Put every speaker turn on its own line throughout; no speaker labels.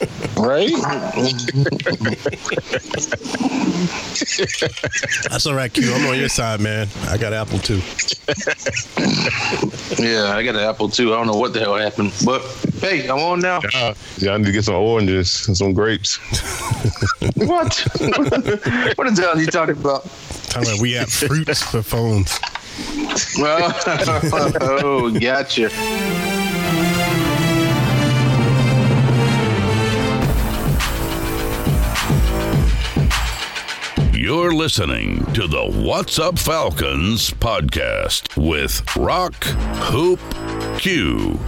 Right?
That's all right, Q. I'm on your side, man. I got Apple too.
yeah, I got an apple too. I don't know what the hell happened, but hey, I'm on now.
Uh, y'all need to get some oranges and some grapes.
what? what the hell are you talking about?
Talking about we have fruits for phones.
Well, oh, gotcha.
You're listening to the What's Up Falcons podcast with Rock, Hoop, Q,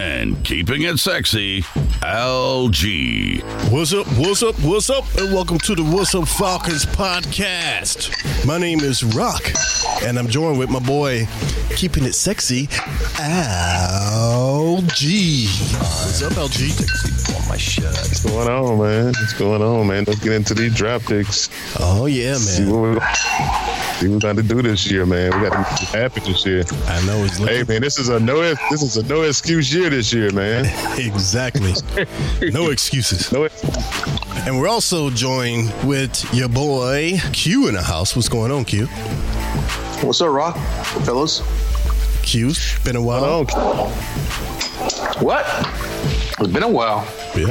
and keeping it sexy, LG.
What's up? What's up? What's up? And welcome to the What's Up Falcons podcast. My name is Rock, and I'm joined with my boy, keeping it sexy, LG. What's up, LG?
on my shirt.
What's going on, man? What's going on, man? Let's get into these draft picks.
Oh yeah,
See
man.
what we see what we're trying to do this year, man. We got to make it happen this year.
I know it's
Hey,
looking
man, this is a no this is a no excuse year this year, man.
exactly. No excuses.
No,
And we're also joined with your boy Q in the house. What's going on, Q?
What's up, Rock, fellas?
Q's been a
no.
while.
What? It's been a while.
Yeah.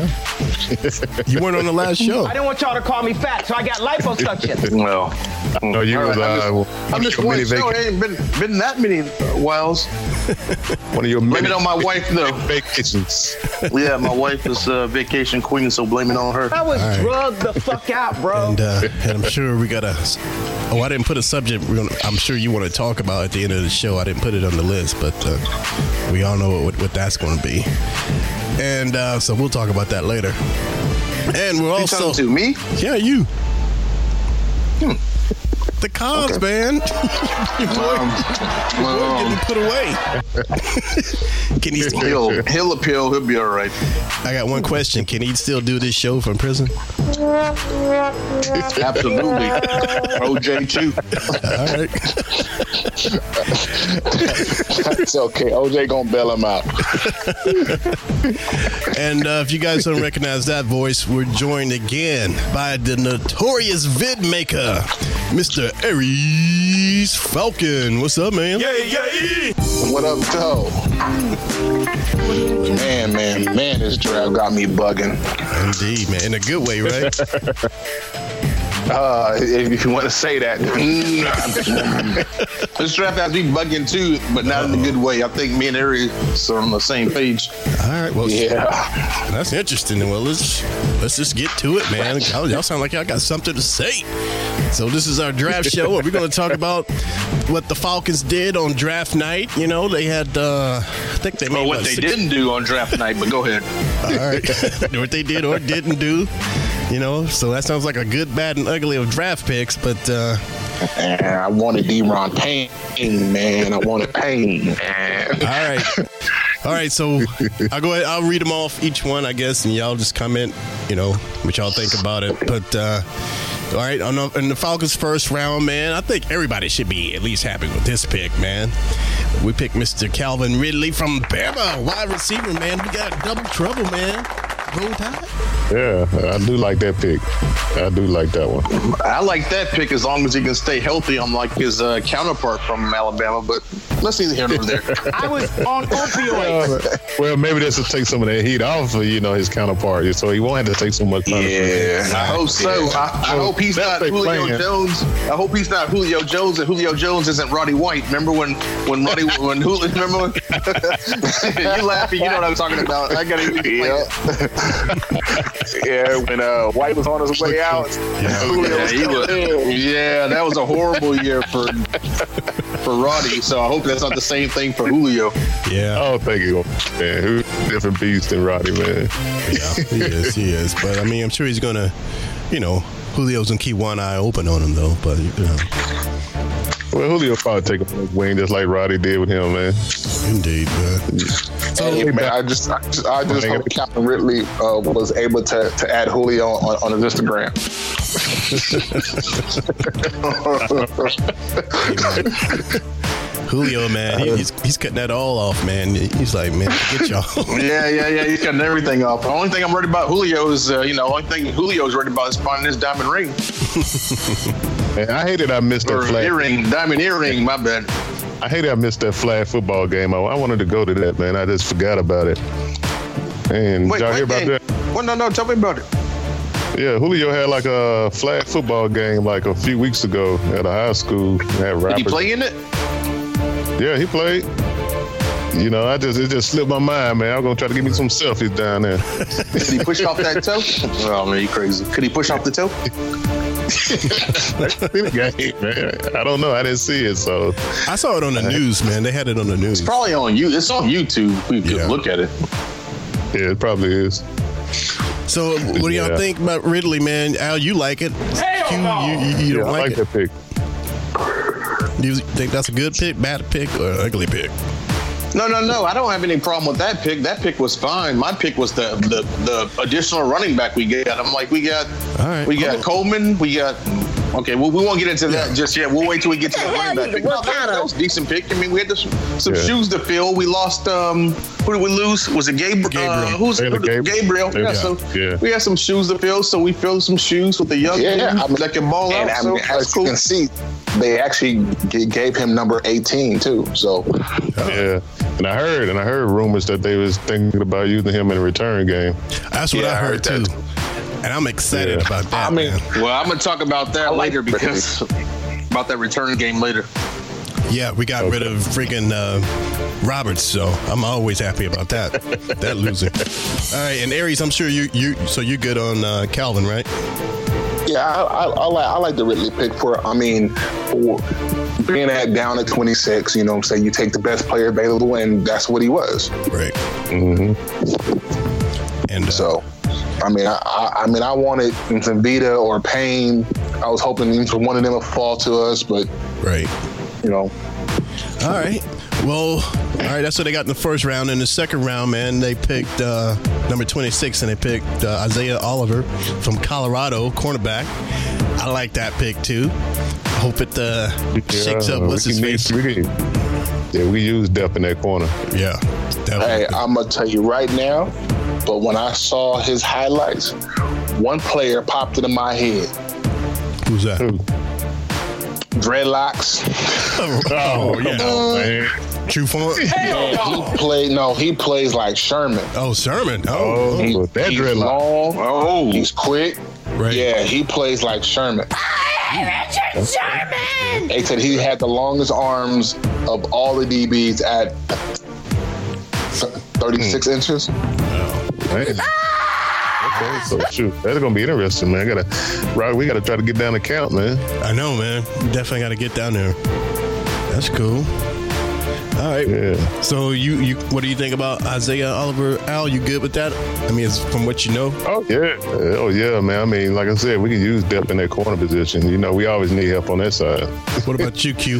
you weren't on the last show.
I didn't want y'all to call me fat, so I got liposuction.
Well,
No, you
all
was,
I'm
uh,
just-
well,
I'm just
your
one
mini
show.
vac-
It ain't been been that many whiles.
One of your
Blame it
many
on my wife, though.
vacations.
yeah, my wife is uh, vacation queen, so blame it on her.
I was
right.
drugged the fuck out, bro.
And, uh, and I'm sure we got a. Oh, I didn't put a subject. We're gonna, I'm sure you want to talk about at the end of the show. I didn't put it on the list, but uh, we all know what, what that's going to be. And uh, so we'll talk about that later. And we're
You talking
also
to me?
yeah, you. Hmm. The Cubs, man. Your boy, your boy
um,
getting put away. Can he? Still,
He'll he'll appeal. He'll be all right.
I got one question. Can he still do this show from prison?
Absolutely. OJ too.
Uh, All right.
It's okay. OJ gonna bail him out.
And uh, if you guys don't recognize that voice, we're joined again by the notorious vid maker, Mr. Aries Falcon. What's up, man?
What up, though? Man, man, man, this draft got me bugging.
Indeed, man. In a good way, right?
Uh, if, if you want to say that,
This draft has me bugging too, but not in a good way. I think me and Aries are on the same page.
All right. Well,
yeah,
that's interesting. Well, let's let's just get to it, man. Y'all, y'all sound like y'all got something to say. So this is our draft show, and we're going to talk about what the Falcons did on draft night. You know, they had uh, I think they made
Well, what
what,
they
six-
didn't do on draft night, but go ahead.
All right. what they did or didn't do. You know, so that sounds like a good, bad, and ugly of draft picks, but uh,
man, I wanted Deron Payne, man. I wanted Payne, man.
all right. All right, so I'll go ahead, I'll read them off each one, I guess, and y'all just comment, you know, what y'all think about it. But, uh, all right, on the, in the Falcons' first round, man, I think everybody should be at least happy with this pick, man. We picked Mr. Calvin Ridley from Bama, wide receiver, man. We got double trouble, man. Roll Tide?
Yeah, I do like that pick. I do like that one.
I like that pick as long as he can stay healthy, unlike his uh, counterpart from Alabama. But Let's neither here nor there.
I was on opioids.
Well, maybe this will take some of that heat off of you know his counterpart, so he won't have to take so much punishment.
Yeah, I hope so. I, I hope he's
That's
not
they
Julio
playing.
Jones. I hope he's not Julio Jones, and Julio Jones isn't Roddy White. Remember when when Roddy when Julio? Remember when you laughing? You know what I'm talking about. I gotta explain
Yeah.
it.
yeah, when uh, White was on his way out, Julio
Yeah,
was
he was-
still in.
yeah, that was a horrible year for for Roddy. So I hope that's not the same thing for Julio.
Yeah,
I don't think he's gonna Oh, man, who's a different beast than Roddy, man.
yeah, he is, he is. But I mean, I'm sure he's gonna, you know, Julio's gonna keep one eye open on him though. But you know,
Well Julio probably take him on his wing just like Roddy did with him, man.
indeed, man.
Hey, man, I just, I just, I just hope Captain Ridley uh, was able to, to add Julio on, on his Instagram.
Julio, man, he, he's, he's cutting that all off, man. He's like, man, get y'all.
Yeah, yeah, yeah. He's cutting everything off. The only thing I'm worried about Julio is, uh, you know, only thing Julio's worried about is finding his diamond ring
Man, I hated I missed that
or
flag.
earring, diamond earring. My bad.
I hated I missed that flag football game. I, I wanted to go to that, man. I just forgot about it. And
Wait,
y'all hear
wait,
about that?
Well, no, no. Tell me about it.
Yeah, Julio had like a flag football game like a few weeks ago at a high school. Had
Did he
rappers.
play in it?
Yeah, he played. You know, I just it just slipped my mind, man. I'm gonna try to get me some selfies down there.
Did he push off that toe? Oh man, you crazy. Could he push off the toe?
Man, I don't know. I didn't see it, so
I saw it on the news, man. They had it on the news.
It's probably on you. It's on YouTube. We could
Yeah.
look at it.
yeah, it probably is.
So, what do y'all
Yeah.
think about Ridley, man? Al, you like it?
Hell
Q,
no.
you, you, you
Yeah,
don't
I
like,
like that
it.
pick.
Do you think that's a good pick, bad pick, or ugly pick?
No, no, no. I don't have any problem with that pick. That pick was fine. My pick was the the, the additional running back we got. I'm like, we got
All right.
we
Oh.
got Coleman. We got okay. Well, we won't get into that just yet. We'll wait till we get to the
What the hell
running back
is-
pick.
what
No, that,
kind of-
that was a decent pick. I mean, we had to, some
Yeah.
shoes to fill. We lost. um Who did we lose? Was it Gabriel? Uh,
Gabriel.
who's
Taylor
who did-
Gabriel.
Gabriel? Yeah.
Yeah.
So
Yeah.
we had some shoes to fill. So we filled some shoes with the young
Yeah,
yeah,
I mean-
that can ball
And
out.
I
so
mean,
that's
as you
cool.
can see, they actually g- gave him number 18 too. So
Yeah, and I heard and I heard rumors that they was thinking about using him in a return game.
That's what
Yeah,
I
I
heard,
heard that.
too. And I'm excited
Yeah.
about that,
I mean-
man.
Well, I'm gonna talk about that
like
later
Ridley.
because about that return game later.
Yeah, we got rid of freaking uh, Roberts, so I'm always happy about that. that loser. All right, and Aries, I'm sure you you so you're good on uh, Calvin, right?
yeah, I, I, I like I like the Ridley pick for. I mean, for being at down at 26, you know, what I'm saying you take the best player available, and that's what he was.
Right. Mm-hmm. And uh,
So, I mean, I, I, I mean, I wanted Vita or Payne. I was hoping for one of them would fall to us, but
right.
you know,
All right. Well, all right. That's what they got in the first round. In the second round, man, they picked uh, number 26, and they picked uh, Isaiah Oliver from Colorado, cornerback. I like that pick too. Hope it uh, shakes up.
Yeah,
What's
we
his
can use-
face?
we can- yeah, we use depth in that corner.
Yeah. Definitely.
hey, I'm gonna tell you right now. But when I saw his highlights, one player popped into my head:
Who's that?
Who?
dreadlocks.
Oh, yeah.
Oh, man.
True form.
He played. No, he plays like Sherman.
Oh, Sermon.
Oh,
Oh,
He-
that
he's
dreadlock.
long.
Oh,
He's quick.
Right.
Yeah, he plays like Sherman.
Richard Sherman!
They said he had the longest arms of all the DBs at 36 inches.
oh,
Man. Okay, so shoot, that's gonna be interesting, man. I gotta, right? We gotta try to get down the count, man.
I know, man. You definitely got to get down there. That's cool. All right.
Yeah.
So you, you what do you think about Isaiah Oliver Al? You good with that? I mean, it's from what you know.
Oh yeah. Oh yeah, man. I mean, like I said, we can use depth in that corner position. You know, we always need help on that side.
What about you, Q?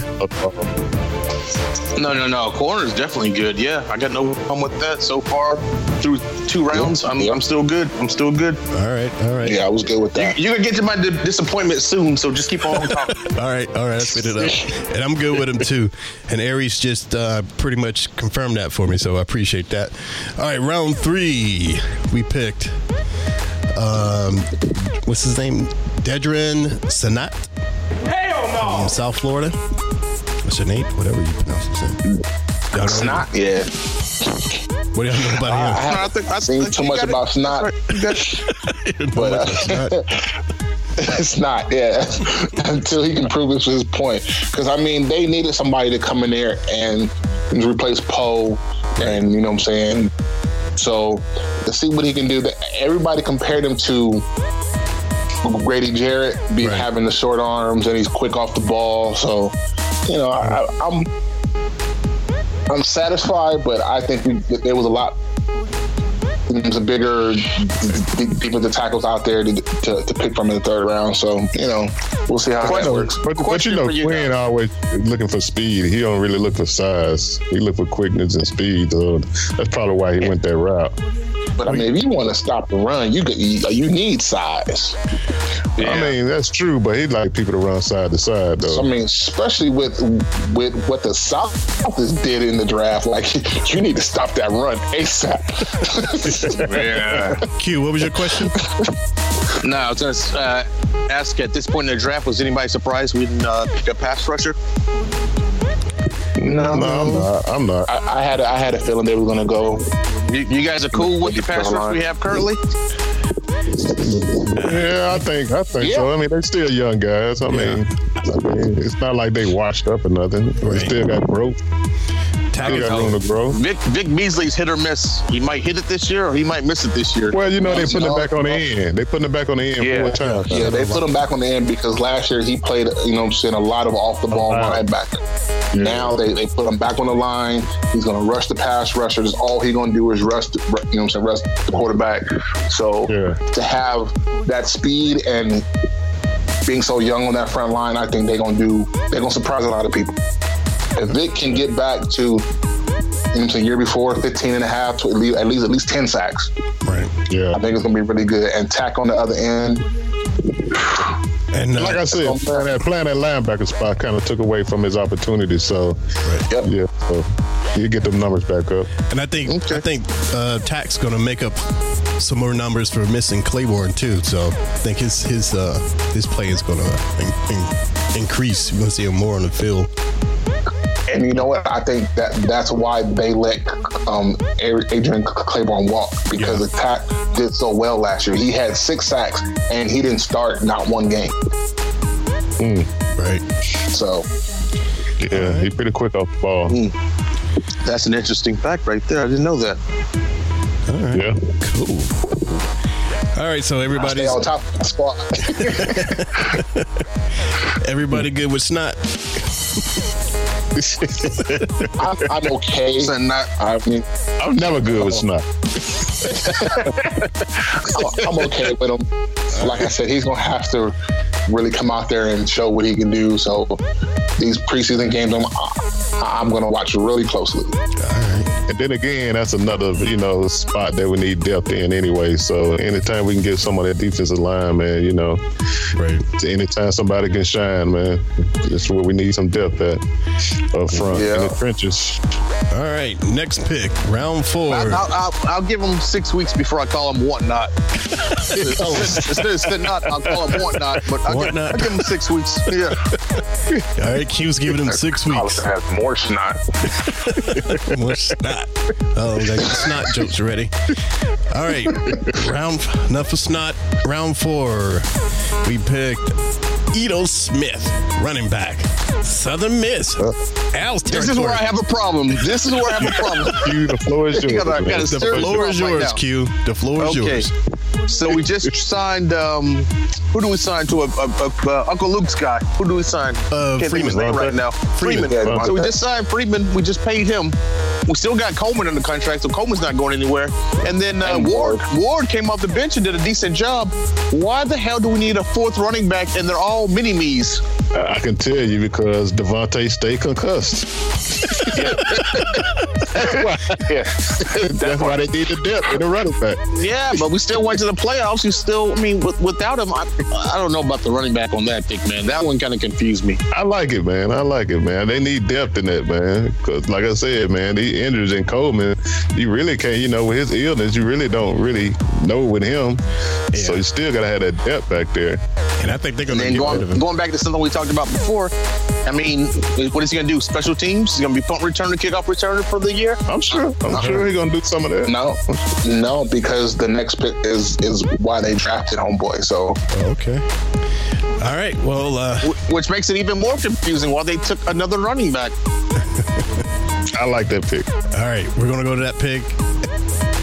no, no, no. Corner's definitely good. Yeah, I got no problem with that so far. Through two rounds, I'm, I'm still good. I'm still good.
All right, all right,
Yeah, I was good with that.
You're gonna get to my di- disappointment soon, so just keep on talking.
all right, all right. Let's fit it up, and I'm good with him too. And Aries just uh, pretty much confirmed that for me, so I appreciate that. All right, round three, we picked. Um, what's his name? Dedrin Sanat
Hell no.
from South Florida. Sinead, whatever you pronounce it. Y'all
It's
know-
not. Yeah.
What do y'all know
I
about
haven't seen too much about snot,
him?
but uh,
Not-
it's not, yeah, until he can prove this his point. Because, I mean, they needed somebody to come in there and replace Poe, and you know what I'm saying? So, to see what he can do, everybody compared him to Grady Jarrett, be
Right.
having the short arms, and he's quick off the ball. So, you know, I, I- I'm. I'm satisfied, but I think we, that there was a lot there's a bigger, deeper the tackles out there to, to, to pick from in the third round. So you know, we'll see how that works.
But, but
Question
you know,
for you
Quinn always looking for speed. He don't really look for size. He look for quickness and speed. So that's probably why he went that route.
But I mean, if you want to stop the run, you could- you, you need size.
Yeah.
I mean, that's true, but he like people to run side to side though.
I mean, especially with with what the South is did in the draft, like you need to stop that run asap.
yeah.
Q, what was your question?
No, I was going to uh, ask at this point in the draft, was anybody surprised we didn't uh, pick a pass rusher?
no,
no, I'm not. I'm not.
I, I had a, I had a feeling they were gonna go.
You, you guys are cool with the pass rush we have currently?
Yeah, I think I think so. I mean, they're still young guys. I mean, I mean, it's not like they washed up or nothing. They
Right.
still got growth. Still
Tackles,
got room to grow.
Vic, Vic Beasley's hit or miss. He might hit it this year or he might miss it this year.
Well, you know, they putting
No,
it back on the
no.
end. They putting it back on the end
Yeah.
four times.
Yeah, they put him back on the end because last year he played, you know what I'm saying, a lot of off the ball
lot.
linebacker. Now they, they put him back on the line. He's going to rush the pass rushers. All he's going to do is rush, the, you know what I'm saying, rush the quarterback. So
Yeah.
to have that speed and being so young on that front line, I think they're going to do, they're going to surprise a lot of people. If Vic can get back to, you know what I'm saying, year before, 15 and a half to at least at least, at least 10 sacks,
right.
Yeah.
I think it's going to be really good. And tack on the other end,
And uh,
Like I said, playing that, playing that linebacker spot kind of took away from his opportunity. So,
Yep.
yeah, so you get them numbers back up.
And I think
Okay.
I think uh, Tack's going to make up some more numbers for missing Claiborne too. So I think his his uh, his play is going to increase. We're going to see him more on the field.
And you know what? I think that that's why they let um, Ari- Adrian Claiborne walk because
Yeah.
the Attack did so well last year. He had six sacks and he didn't start not one game.
Right.
So
Yeah, he pretty quick off the ball.
That's an interesting fact right there. I didn't know that.
Yeah.
Cool. All right. So
stay
everybody's
on top of the squad.
everybody good with snot.
I'm, I'm okay.
So not,
I mean,
I'm never good with snot.
I'm, I'm okay with him. Like I said, he's gonna have to really come out there and show what he can do. So these preseason games, I'm, I'm gonna watch really closely.
And then again, that's another, you know, spot that we need depth in anyway. So anytime we can get some of that defensive line, man, you know,
Right.
anytime somebody can shine, man, that's where we need some depth at up front in
Yeah.
the trenches.
All right. Next pick, round four.
I, I'll, I'll, I'll give him six weeks before I call him whatnot. Instead of said not, I'll call him whatnot, but I'll, Give,
Whatnot.
I'll give him six weeks. Yeah.
All right. Q's giving him six weeks.
has more snot.
More snot. Oh, they got snot jokes already. All right, round enough of snot. Round four, we picked Edo Smith, running back, Southern Miss. Al's territory.
This is where I have a problem. This is where I have a problem.
You, the floor is yours.
You gotta-
man.
gotta
the
Seriously,
floor is
right
yours,
now.
Q. The floor is
Okay.
yours.
So we just signed. Um, who do we sign to? A, a, a, a Uncle Luke's guy. Who do we sign?
Uh,
Can't think of his
Freeman.
name right now.
Freeman.
Freeman.
Yeah,
So we just signed Freeman. We just paid him. We still got Coleman in the contract, so Coleman's not going anywhere. And then uh,
And
Ward.
Ward.
Ward came off the bench and did a decent job. Why the hell do we need a fourth running back and they're all mini me's?
I can tell you because Devontae stayed concussed.
Yeah.
That's why they need the depth in the running back.
Yeah, but we still went to the playoffs. You still, I mean, with, without him, I, I don't know about the running back on that pick, man. That one kind of confused me.
I like it, man. I like it, man. They need depth in that, man. Because, like I said, man, these injuries in Coleman, you really can't, you know, with his illness, you really don't really know with him. So you still got to have that depth back there.
And I think they're going to
And then
get rid
going,
of him.
going back to something we talked about before, I mean, what is he going to do? Special teams? He's going to be punt returner, kickoff returner for the year?
I'm sure. I'm sure he's gonna do some of that.
No, no, because the next pick is is why they drafted homeboy. So
Oh, Okay. All right. Well, uh,
Wh- Which makes it even more confusing why they took another running back.
I like that pick.
all right. We're going to go to that pick.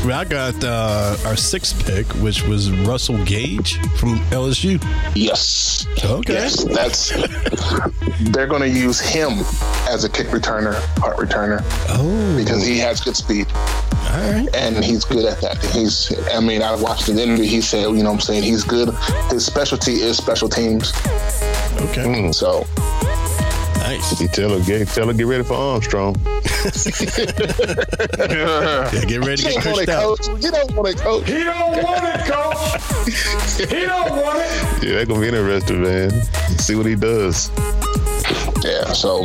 Well, I got uh, our sixth pick, which was Russell Gage from LSU.
yes,
Okay.
yes, that's they're going to use him as a kick returner, punt returner
Oh,
because he has good speed
all right.
and he's good at that. He's, I mean, I watched an interview. He said, you know, what I'm saying he's good. His specialty is special teams.
Okay.
Mm.
So
Nice.
You tell her, get, tell her, get ready for Armstrong.
Yeah, get ready to
you
get
don't want
pushed
to
out.
coach. You don't want to coach.
He don't want it, coach. He don't want it.
Yeah, that's gonna be interesting, man. See what he does.
Yeah. So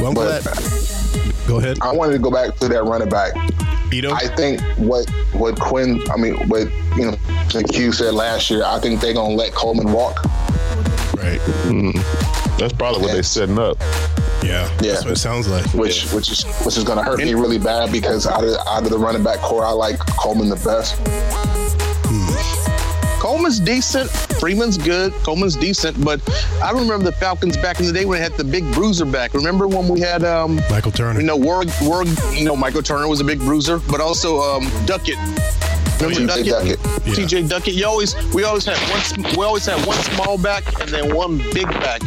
Well, I'm
But-
glad- Go ahead.
I wanted to go back to that running back
Ito.
I think what what Quinn, I mean, what you know, the Q said last year. I think they're gonna let Coleman walk.
right.
That's probably what they're setting up.
Yeah.
Yeah.
That's what it sounds like.
Which, which is which is gonna hurt me really bad because out of, out of the running back core, I like Coleman the best.
Hmm.
Coleman's decent. Freeman's good. Coleman's decent. But I remember the Falcons back in the day when they had the big bruiser back. Remember when we had, um,
Michael Turner.
you know, Warg, Warg, you know, Michael Turner was a big bruiser, but also um, Duckett. Remember
T.J.
Duckett?
Duckett.
Yeah.
TJ Duckett. You always we always had one sm- we always had one small back and then one big back.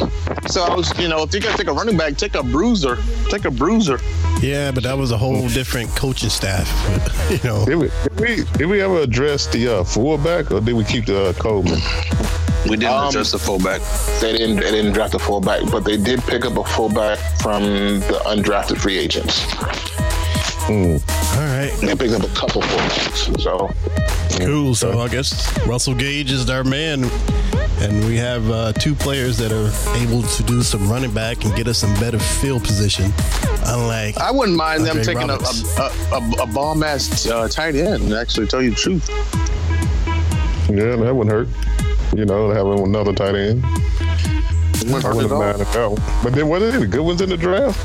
So I was you know if you're gonna take a running back, take a bruiser, take a bruiser.
Yeah, but that was a whole different coaching staff. you know.
Did we, did we, did we ever address the uh, fullback, or did we keep the uh, Coleman?
We didn't
address
the fullback.
They didn't they didn't draft a fullback, but they did pick up a fullback from the undrafted free agents.
All right.
They picked up a couple fullbacks. So
Cool. So I guess Russell Gage is our man, and we have uh, two players that are able to do some running back and get us some better field position. Unlike
I wouldn't mind them
Andre
taking a,
Roberts.
a, a, a, bomb ass uh, tight end. Actually, tell you the truth.
Yeah, that wouldn't hurt. You know, having another tight end.
Wouldn't
I
hurt
wouldn't
at all.
mind if that one. But then, were there any good ones in the draft?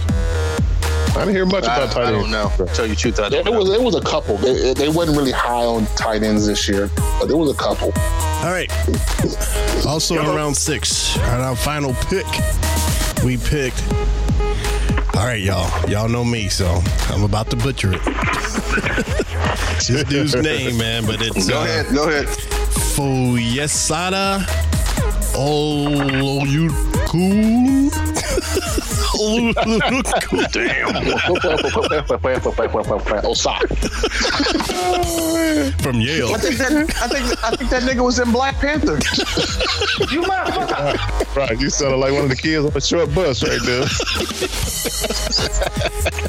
I didn't hear much
I,
about tight
I don't
ends.
know. Tell you the truth, I
there
don't know.
was there was a couple. They, they wasn't really high on tight ends this year, but there was a couple.
all right. Also in round six, on our final pick, we picked. All right, y'all. Y'all know me, so I'm about to butcher it. it's this dude's name, man, but it's
Go
uh,
ahead, go ahead.
Foyesada Oluyukun. Oluyukun.
Oh, Osai.
From Yale.
I think that I think I think that nigga was in Black Panther.
You motherfucker.
Right, you sounded like one of the kids on a short bus right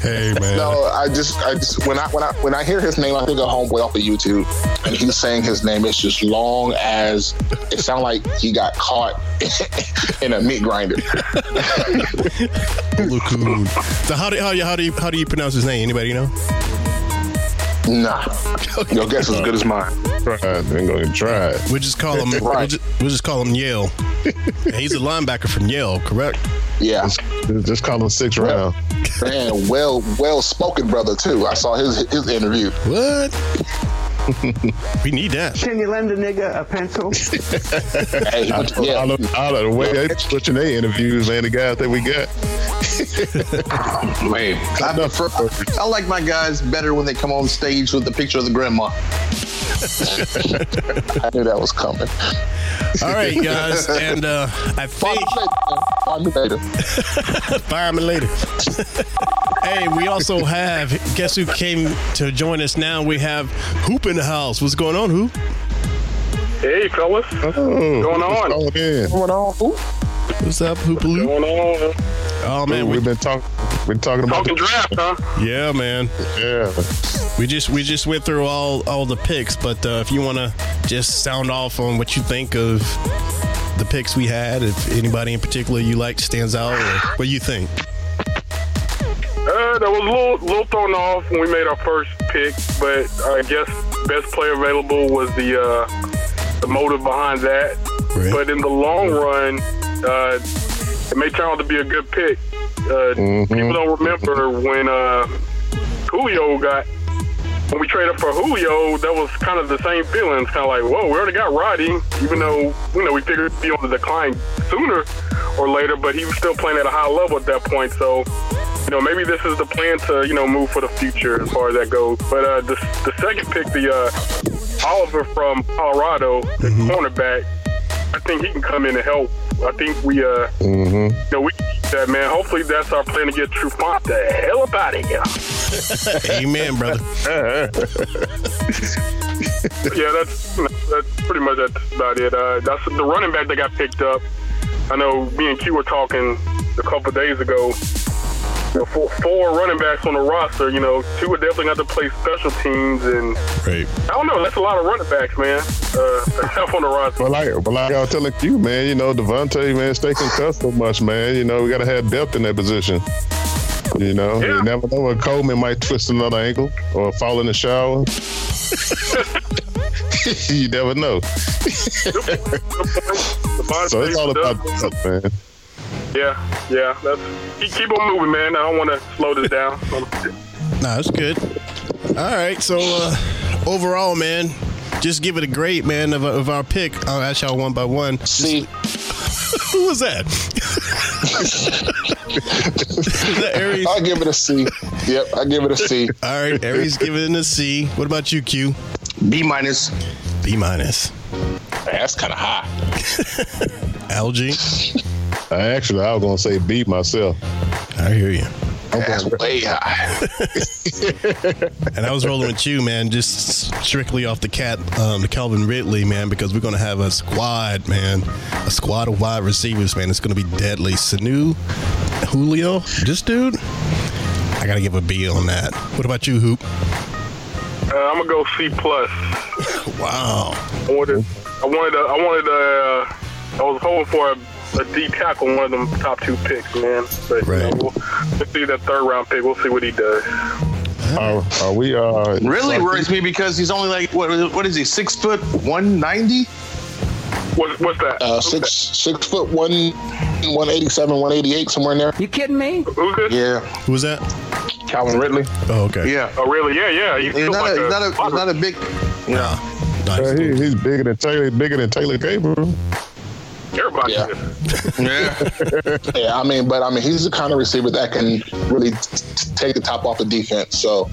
there.
Hey, man.
No, I just, I just when I when I when I hear his name, I think of homeboy off of YouTube, and he's saying his name. It's just long as it sounds like he got caught in a meat grinder.
Oluyukun. So how do, how, do you- how, do you, how do you pronounce his name? Anybody know?
Nah, your guess is as good as mine.
Tried, ain't gonna try it.
We'll just call him, we'll,
Right.
just, we'll just call him Yale. And he's a linebacker from Yale, correct?
Yeah,
Just- Just call him six round.
and well, well spoken brother too. I saw his his interview.
What? we need that.
Can you lend a nigga a pencil?
Hey, he went to- yeah,
Out of, out of the way, they switching their interviews, man. The guys that we got.
man,
I prefer. I like my guys better when they come on stage with the picture of the grandma.
I knew that was coming.
All right, guys. And uh, I
Find
think.
me later. Find me later.
Fire me later. hey, we also have guess who came to join us now? We have Hoop in the house. What's going on, Hoop?
Hey, fellas.
Oh,
Going on.
Oh, man.
What's going on? Ooh,
What's up, Hoopaloo?
Going on.
Oh man, we,
we've been talking. Been talking about
Talking
the,
draft, huh?
yeah, man.
yeah.
We just we just went through all all the picks, but uh, if you want to just sound off on what you think of the picks we had, if anybody in particular you liked stands out, or what you think?
Uh, that was a little, little thrown off when we made our first pick, but I guess best player available was the uh, the motive behind that.
Right.
But in the long run, uh, it may turn out to be a good pick. Uh, People don't remember when uh, Julio got. When we traded for Julio, that was kind of the same feeling. It's kind of like, whoa, we already got Roddy, even though you know we figured he'd be on the decline sooner or later, but he was still playing at a high level at that point. So, you know, maybe this is the plan to you know move for the future as far as that goes. But uh, the, the second pick, the uh, Oliver from Colorado, the cornerback, I think he can come in and help. I think we, uh, you know, we that man. Hopefully, that's our plan to get Trufant the hell up out of here.
Amen, brother.
yeah, that's that's pretty much that's about it. Uh, that's the running back that got picked up. I know me and Q were talking a couple days ago. You know, four, four running backs on the roster. You know, two are definitely going to play special teams, and
Right.
I don't know. That's a lot of running backs, man. Uh, on the roster.
Well, like, well, like I was telling you, man, you know, Devontae, man, stay concussed so much, man. You know, we got to have depth in that position. You know,
Yeah.
you never know when Coleman might twist another ankle or fall in the shower. you never know. So it's all about depth, man.
Yeah, yeah. That's, keep, keep on moving, man. I don't want to slow this down. Uh,
Nah, that's good. All right. So uh, overall, man, just give it a grade, man, of, of our pick. I'll ask y'all one by one.
See,
Who was that? Is that Aries?
I give it a C. Yep, I give it a C.
All right, Aries giving it a C. What about you, Q?
B minus.
B minus.
That's kind of high.
Algae.
I actually, I was gonna say beat myself.
I hear you.
That's way high.
And I was rolling with you, man, just strictly off the cat, um, the Calvin Ridley, man, because we're going to have a squad, man, a squad of wide receivers, man. It's going to be deadly. Sanu, Julio, this dude, I got to give a B on that. What about you, Hoop?
Uh, I'm gonna go C plus.
Wow.
I wanted, I wanted, a, I wanted. A, uh, I was hoping for a, a D tackle, one of them top two picks, man. But you know,
Right.
we'll, we'll see that third round pick. We'll see what he does.
Are, are we? Uh,
Really
are-
worries me because he's only like what? What is he? Six foot one ninety?
What, what's that?
Uh, six six foot one, one eighty seven, one eighty eight, somewhere in there.
You kidding me?
Who's this?
Yeah,
Who was that?
Calvin Ridley.
Oh, okay.
Yeah,
Oh, really? Yeah, yeah. He's
he's
still
not,
like
a, he's not a he's not a big.
Nah,
uh,
nice.
he- he's bigger than Taylor. Bigger than Taylor Gabriel.
everybody.
Yeah.
is.
Yeah,
Yeah, I mean, but I mean, he's the kind of receiver that can really t- t- take the top off the defense. So,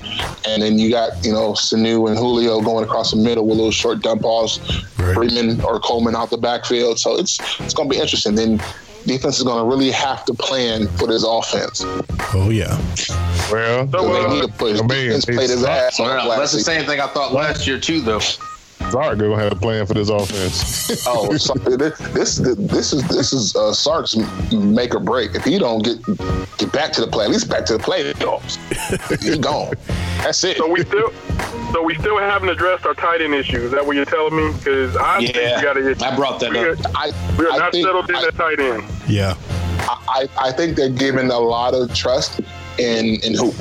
and then you got you know Sanu and Julio going across the middle with little short dump balls,
Right.
Freeman or Coleman out the backfield. So it's it's going to be interesting. Then defense is going to really have to plan for this offense. So
Oh, yeah.
Well,
So,
they
uh,
need to push.
I mean,
defense played his
it's-
ass on
Well, that's
last
the
week.
same thing I thought last year too, though.
Zark gonna have a plan for this offense.
Oh, so- this this is this is uh, Sark's make or break. If he don't get get back to the play, at least back to the playoffs, he gone. That's it.
So we still, so we still haven't addressed our tight end issue. Is that what you're telling me? Because I think
Yeah,
we got an issue.
I brought that
we are,
up.
I,
we are
I
not
think,
settled in
I,
that tight end.
Yeah.
I, I think they're giving a lot of trust in in Hoop.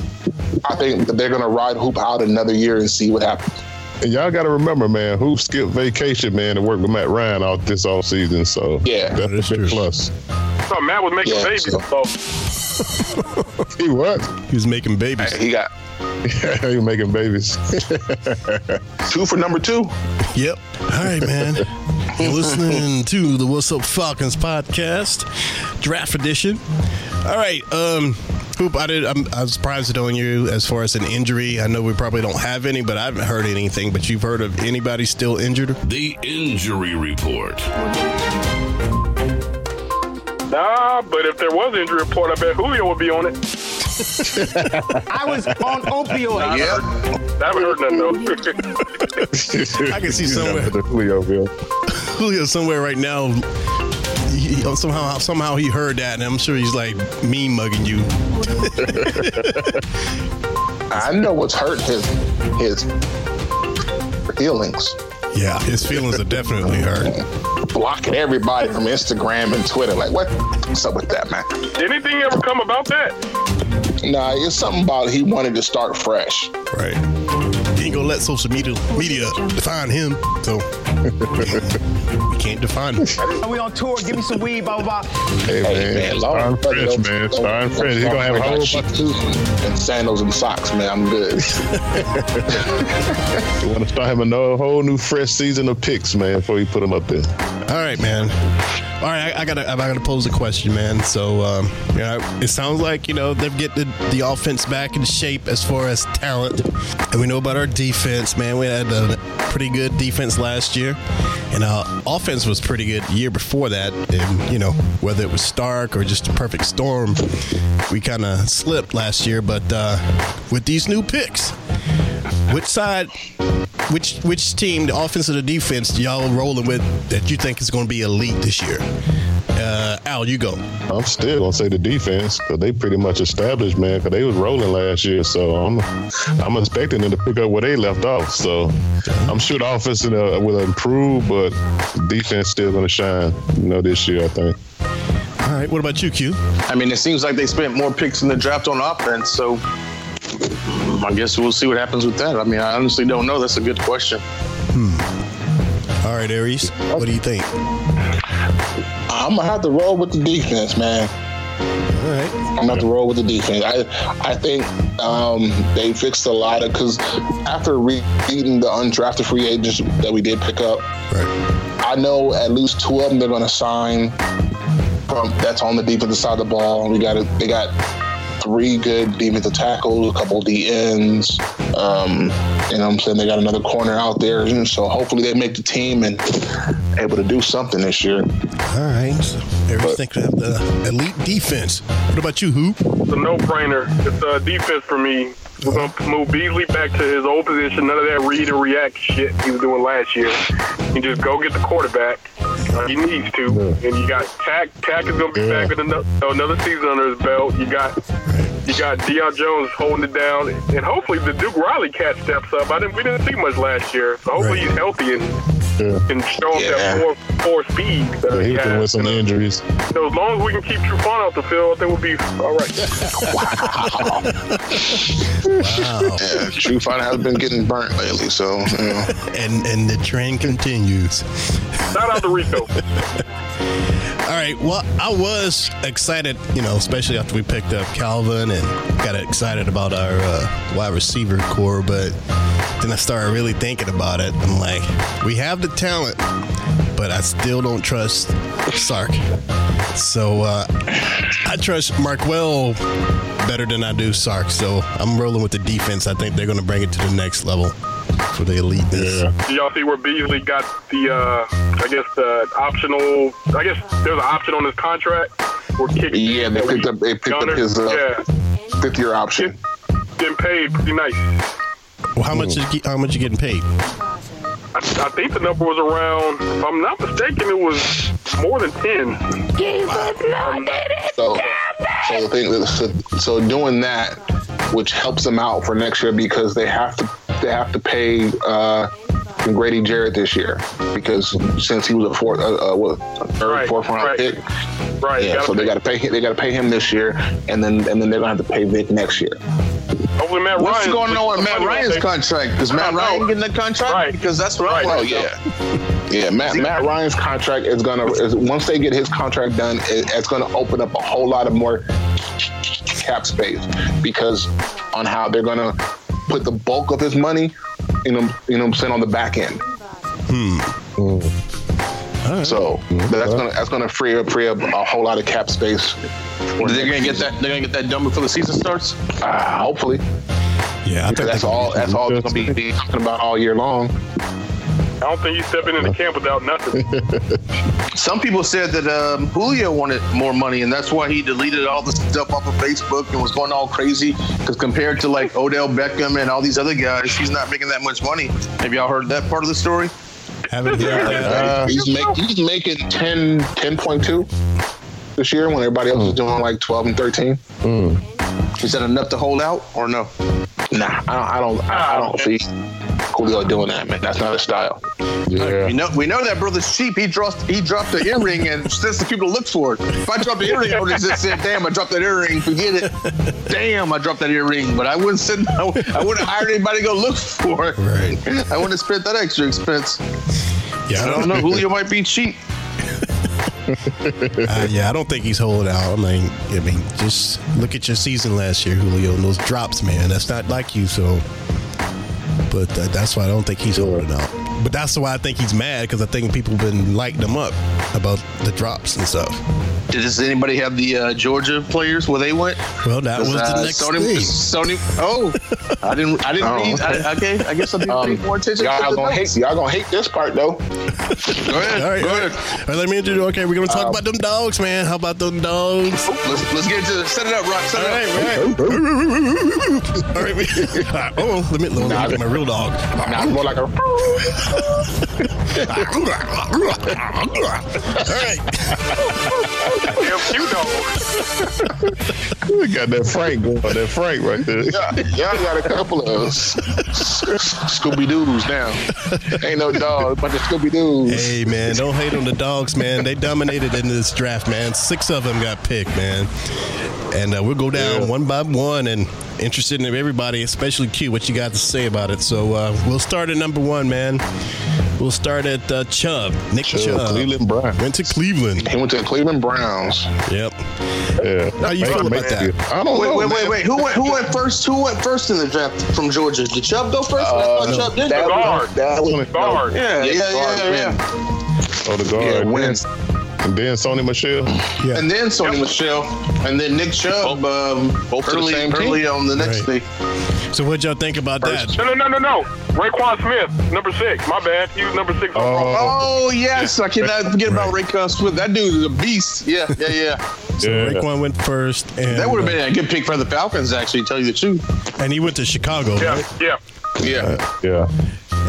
I think that they're gonna ride Hoop out another year and see what happens.
And y'all got to remember, man, who skipped vacation, man, to work with Matt Ryan out this offseason. So
Yeah.
that's
That's
a
true.
big plus.
So Matt was making
Yeah,
babies.
so-
So.
He what?
He was making babies.
He got
he making babies.
two for number two.
Yep. All right, man. You're listening to the What's Up Falcons podcast, draft edition. All right, um, Hoop, I did. I'm, I was surprised on you as far as an injury. I know we probably don't have any, but I haven't heard anything. But you've heard of anybody still injured?
The injury report.
Nah, but if there was an injury report, I bet Julio would be on it.
I was on opioids.
That would hurt nothing though.
I can see somewhere
Julio, Bill.
Julio somewhere right now. he- he- somehow, somehow he heard that, and I'm sure he's like mean mugging you.
I know what's hurting his his feelings.
Yeah, his feelings are definitely hurt.
Blocking everybody from Instagram and Twitter. Like what? What's up with that man?
Did anything ever come about that?
Nah, it's something about he wanted to start fresh.
Right. He ain't gonna don't let social media media define him. So we can't define him.
Are we on tour? Give me some weed, blah, blah, blah.
Hey, man, Starring French, man. Starring French. He's gonna have a whole bunch of
and sandals and socks, man. I'm good.
You want to start having a whole new fresh season of picks, man, before you put them up there.
All right, man. All right, I, I gotta I gotta pose a question, man. So um, you know, it sounds like you know they've get the, the offense back in shape as far as talent, and we know about our defense, man. We had a pretty good defense last year, and our offense was pretty good the year before that. And you know whether it was Stark or just a perfect storm, we kind of slipped last year. But uh, with these new picks, which side, which which team, the offense or the defense, y'all rolling with that you think is going to be elite this year? Uh, Al, you go.
I'm still gonna say the defense because they pretty much established, man. Because they was rolling last year, so I'm I'm expecting them to pick up where they left off. So I'm sure the offense uh, will improve, but defense still gonna shine, you know, this year. I think.
All right, what about you, Q?
I mean, it seems like they spent more picks in the draft on offense, so I guess we'll see what happens with that. I mean, I honestly don't know. That's a good question.
All right, Aries, what do you think? All
I'm gonna have to roll with the defense, man.
right,
I'm gonna have to roll with the defense. I I think um, they fixed a lot of because after reading the undrafted free agents that we did pick up,
right.
I know at least two of them they're gonna sign from that's on the defensive side of the ball. We got they got three good defensive tackles, a couple D ends. Um, you know what I'm saying? They got another corner out there. you know, So hopefully they make the team and able to do something this
All
year.
right, so Aries thinks we have the elite defense. What about you, Hoop?
It's a no-brainer. It's a defense for me. We're gonna move Beasley back to his old position. None of that read and react shit he was doing last year. You just go get the quarterback. Uh, He needs to. And you got Tack. Tack is gonna be back with another, another season under his belt. You got you got Deion Jones holding it down, and hopefully the Duke Riley cat steps up. I didn't we didn't see much last year, so hopefully
Right.
he's healthy and
Yeah,
can show us that
Yeah.
more more speed. That
but
he
he's been with
has.
some injuries.
So as long as we can keep Trufant off the field, I think we'll be all right.
Wow.
Yeah, True Fine has been getting burnt lately, so you know.
and and the train continues.
Shout out to Rico.
All right. Well, I was excited, you know, especially after we picked up Calvin and got excited about our uh, wide receiver core. But then I started really thinking about it. I'm like, we have the talent, but I still don't trust Sark. So uh, I trust Markwell better than I do Sark. So I'm rolling with the defense. I think they're going to bring it to the next level for the eliteness.
Yeah.
Do y'all see where Beasley got the, uh, I guess, the optional, I guess there's an option on his contract where kick.
Yeah, they picked up- they picked up
Gunner,
his, uh,
yeah,
fifth year option.
getting paid pretty nice.
Well, how much? Is, how much you getting paid?
I, I think the number was around, if I'm not mistaken, it was more than 10.
So, so the thing, is- so, so doing that, which helps them out for next year because they have to they have to pay uh, Grady Jarrett this year because since he was a fourth, uh, uh, what, a third,
Right,
fourth round
right.
pick,
Right.
yeah.
gotta
So they
pay.
got to pay him. They got to pay him this year, and then and then they're gonna have to pay Vic next year.
Hopefully Matt
What's
Ryan.
going on with Matt Ryan's contract? Is Matt
Oh,
Ryan
no.
getting a contract?
Right.
Because that's what I
Right.
Oh
want. to know.
yeah, yeah. Matt Matt Ryan's contract is gonna is, once they get his contract done, it, it's gonna open up a whole lot of more cap space because on how they're gonna put the bulk of his money, you know, you know, what I'm saying on the back end. Mm. So that's gonna that's gonna free up free up a whole lot of cap space.
They're gonna get that. They're gonna get that done before the season starts.
Uh, hopefully,
Yeah, I think
that's
they-
all. That's all they're gonna be be talking about all year long.
I don't think you stepping into camp without nothing.
Some people said that um, Julio wanted more money, and that's why he deleted all the stuff off of Facebook and was going all crazy. Because compared to like Odell Beckham and all these other guys, he's not making that much money. Have y'all heard that part of the story?
Haven't yeah,
Uh, he's, make, he's making 10, 10.2 this year when everybody else is doing like 12 and 13.
Hmm.
Is that enough to hold out or no?
Ah. Nah, I don't, I don't, I, I don't see.
Julio doing that, man. That's not his style.
Yeah.
We know, we know that brother's cheap. He dropped he dropped the earring and sends the people to look for it. If I dropped the earring, I would have just said, "Damn, I dropped that earring. Forget it. Damn, I dropped that earring." But I wouldn't send. I wouldn't have hired anybody to go look for it.
Right.
I wouldn't have spent that extra expense.
Yeah,
I don't know. Julio might be cheap.
Uh, yeah, I don't think he's holding out. I mean, I mean, just look at your season last year, Julio, and those drops, man. That's not like you, so. But uh, that's why I don't think he's holding out. But that's why I think he's mad because I think people been lighting him up about the drops and stuff.
Does anybody have the uh, Georgia players where they went?
Well, that was
Uh,
the next
Sony,
thing.
Sony. Oh, I didn't. I didn't
Oh,
read. I, okay, I guess I didn't
Um,
pay more attention. to
y'all
the
gonna hate
notes.
y'all gonna hate this part though.
Go ahead.
All right,
go
all
ahead.
right. All right, let me introduce. Okay, we're gonna talk about them dogs, man. How about them dogs?
Let's, let's get into it. Set it up, Rock. Set
All
it
right, all right.
up.
all right. we- all right, Oh, let me, let me
Nah,
get my real dog.
Now more like a
All right.
If you don't,
got that Frank going. That Frank right there.
y'all got a couple of s- s- Scooby Doo's now. Ain't no dog, bunch of Scooby Doo's.
Hey man, don't hate on the dogs, man. They dominated in this draft, man. Six of them got picked, man. And uh, we'll go down one by one and interested in everybody, especially Q, what you got to say about it. So uh, we'll start at number one, man. We'll start at uh, Chubb, Nick Chubb.
Chubb, Cleveland Brown.
Went to Cleveland.
He went to the Cleveland Browns.
Yep.
Yeah.
How you feel about that?
I don't
Wait,
know.
wait, wait,
man.
wait. Who went? Who went first? Who went first in the draft from Georgia? Did Chubb go first? I thought
Uh,
Chubb did.
that
go
was-
guard.
that was-
guard.
Yeah, yeah, yeah,
guard,
yeah,
man.
yeah.
Oh, the guard.
Yeah,
And
when-
then- And then Sony Michelle.
Yeah.
And then Sony Michelle, and then Nick Chubb. um,
both to the
early,
same team.
early on the next
Right.
day.
So what y'all think about that?
No, no, no, no, no. Raquan Smith, number six. My bad. He was number six. overall.
Oh,
Oh yes, I cannot forget about Ray Swift. That dude is a beast. Yeah, yeah, yeah.
So
yeah.
Raekwon went first, and uh,
That would have been a good pick for the Falcons, actually. to Tell you the truth.
and he went to Chicago,
yeah,
right?
yeah.
Yeah.
Yeah.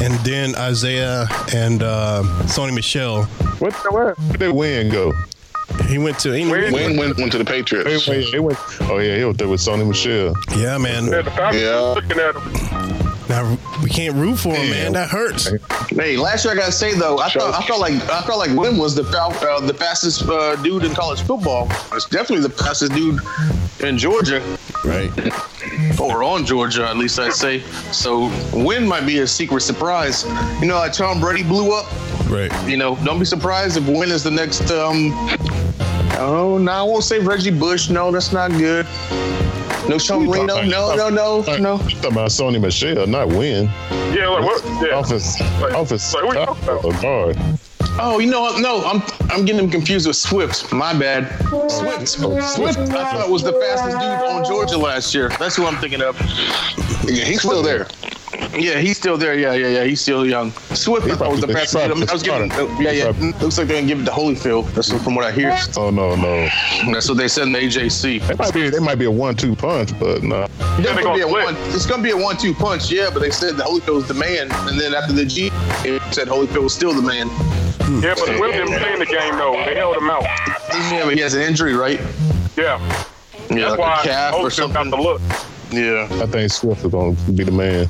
And then Isaiah and uh, Sony Michelle.
What the where did that win go?
He went to he-
Where-
Win went, went to the
They
Patriots.
went- they went- oh yeah, he was there with Sony Michelle.
Yeah,
Yeah,
man.
the Falcons
Yeah.
looking at him.
Now we can't root for him, man. That hurts.
Hey, last year I gotta say though, I felt, I felt like I felt like Wim was the Fal- uh, the fastest uh, dude in college football. It's definitely the fastest dude in Georgia
Right.
or on Georgia, at least I'd say. So Wim might be a secret surprise. You know, like Tom Brady blew up.
Right.
You know, don't be surprised if Win is the next. Um, oh no, I won't say Reggie Bush. No, that's not good. No Sean
Who you
Reno.
talking
No,
about?
no, no,
Like,
no.
you talking about Sony Michelle, not win.
Yeah, like what? Yeah.
Office,
Like-
office,
like, what you talking about?
oh, guard.
Oh, you know what? No, I'm I'm getting him confused with Swift. My bad. Swift. Swift. I thought was the fastest dude on Georgia last year. That's who I'm thinking of.
Yeah, he's still there.
Yeah, he's still there. Yeah, yeah, yeah. He's still young. Swift. I thought was the
He's
fastest. dude. I was giving. Yeah, yeah. Looks like they're gonna give it to Holyfield. That's what- from what I hear.
Oh no, no.
That's what they said in the AJC.
That might be, that might be a one-two punch, but no.
It's gonna be a
Split.
one. It's gonna be a one-two punch. Yeah, but they said that Holyfield was the man, and then after the G, it said Holyfield was still the man.
Yeah, but Wim didn't play in the game though. They held him out.
Yeah, but he has an injury, right? Yeah,
Yeah, that's
like
why
a calf or
Oakland got
something.
the look.
Yeah.
I think Swift is going to be the man.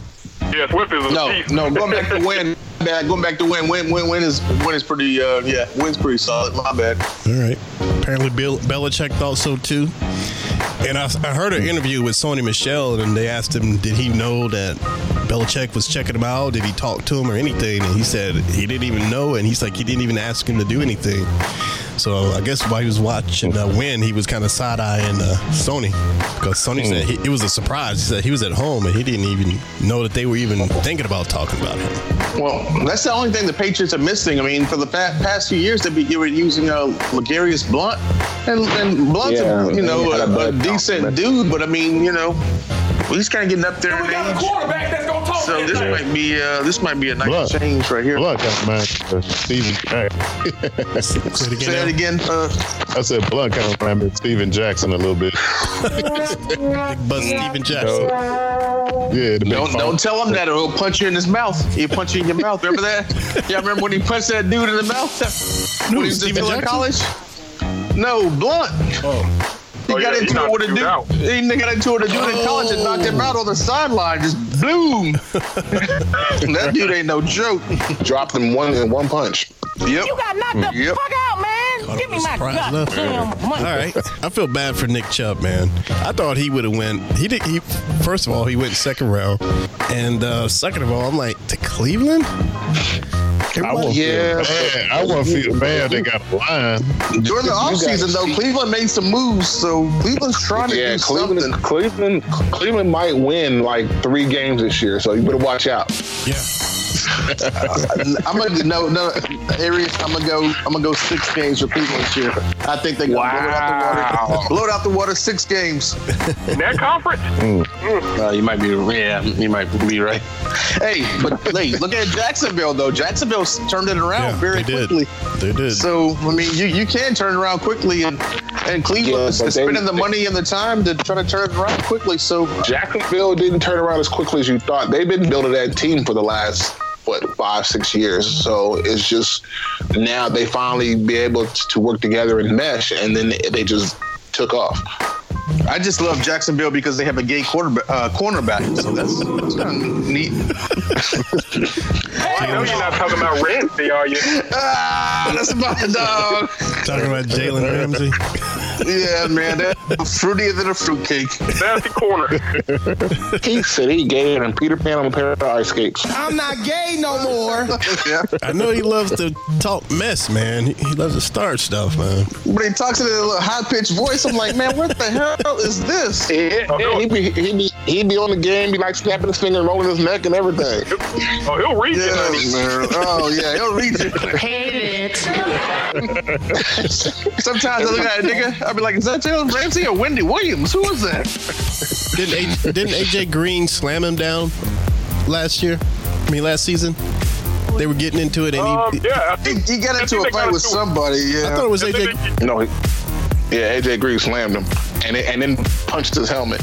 Yeah, Swift is a
No,
beast.
no, going back to win. Bad, going back to win. Win, win, win is win is pretty. Uh, yeah, win's pretty solid. My bad.
All right. Apparently, Bill Belichick thought so too. And I, I heard an interview with Sony Michelle, and they asked him, did he know that Belichick was checking him out? Did he talk to him or anything? And he said he didn't even know, and he's like, he didn't even ask him to do anything. So I guess while he was watching uh, win, he was kind of side eyeing uh, Sony because Sony said he, it was a surprise. He said he was at home and he didn't even know that they were even thinking about talking about him.
Well, that's the only thing the Patriots are missing. I mean, for the fa- past few years, they've been they were using uh, Legarius Blunt, and and Blunt's
Yeah,
a, you know
he had a
a, a
bad
decent
compliment.
dude, but I mean, you know, he's kind of getting up there
We
in
got a
age.
quarterback that's gonna talk
So
this
this
night.
might be uh, this might be a nice
Blunt.
change right here.
Blunt kind of reminds me of Steven. Jack-
Say it
Say that
again,
again. Uh,
I said Blunt kind of reminds me of Steven Jackson a little bit.
but Steven Jackson.
So, yeah, the big
don't
fella.
don't tell him that, or he'll punch you in his mouth. He'll punch you in your mouth. Remember that? Yeah, remember when he punched that dude in the mouth? when he was
Steven
still in
Jackson?
college? No, Blunt.
Oh.
He
Oh,
got
yeah, he
into it
knocked
with a
you
dude.
out.
He they got into it with a dude in college and knocked him out on the sideline. Just boom. that dude ain't no joke.
Dropped him one in one punch.
Yep.
You got knocked the
Yep.
fuck out, man.
Caught
Give
him
me my
surprise Oh, left.
goddamn money.
All right, I feel bad for Nick Chubb, man. I thought he would have went. He did. He first of all, he went second round, and uh, second of all, I'm like to Cleveland.
I won't feel
Yeah.
bad.
Man, I want to feel bad they got a line.
During the offseason, though, Cleveland made some moves, so Cleveland's trying to
Yeah,
do
Cleveland,
something.
Cleveland, Cleveland might win like three games this year, so you better watch out.
Yeah,
I'm gonna no no Arius. I'm gonna go. I'm gonna go six games for Cleveland this year. I think they gonna blow it out the water. Blow it out the water six games.
In that conference?
Uh, you might be yeah. You might be right. Hey, but hey, look at Jacksonville though. Jacksonville s- turned it around
yeah,
very
they did.
quickly.
They did.
So I mean, you you can turn it around quickly, and and
Yeah,
Cleveland is
but they-
spending the money and the time to try to turn it around quickly. So
Jacksonville didn't turn around as quickly as you thought. They've been building that team for the last what five, six years. So it's just now they finally be able to work together and mesh, and then they just took off.
I just love Jacksonville because they have a gay quarterback uh, cornerback. So that's, that's kind of neat.
I know you're not talking about Ramsey, are you?
Ah, that's about the dog.
Talking about Jalen Ramsey.
Yeah, man, that fruitier than a fruitcake.
That's the corner.
He said he gave him Peter Pan on a pair of ice skates.
I'm not gay no more.
Yeah,
I know he loves to talk mess, man. He, he loves to start stuff, man.
but he talks in a little high pitched voice. I'm like, man, what the hell is this?
Yeah, yeah, he be he be he be on the game, be like snapping his finger, rolling his neck, and everything.
Oh, he'll reach it, honey.
man. Oh yeah, he'll read it. Sometimes I look at a nigga, I'll be like, is that Jalen Ramsey or Wendy Williams? Who is that?
Didn't A- didn't AJ Green slam him down last year? I mean, last season. They were getting into it, and he.
Um, yeah, I think
He, he got
I
into
think
a
they
fight
gotta
with
do it.
somebody.
I thought it
Yeah,
was
I
AJ.
think they-
No, he- yeah, AJ Green slammed him, and it, and then punched his helmet.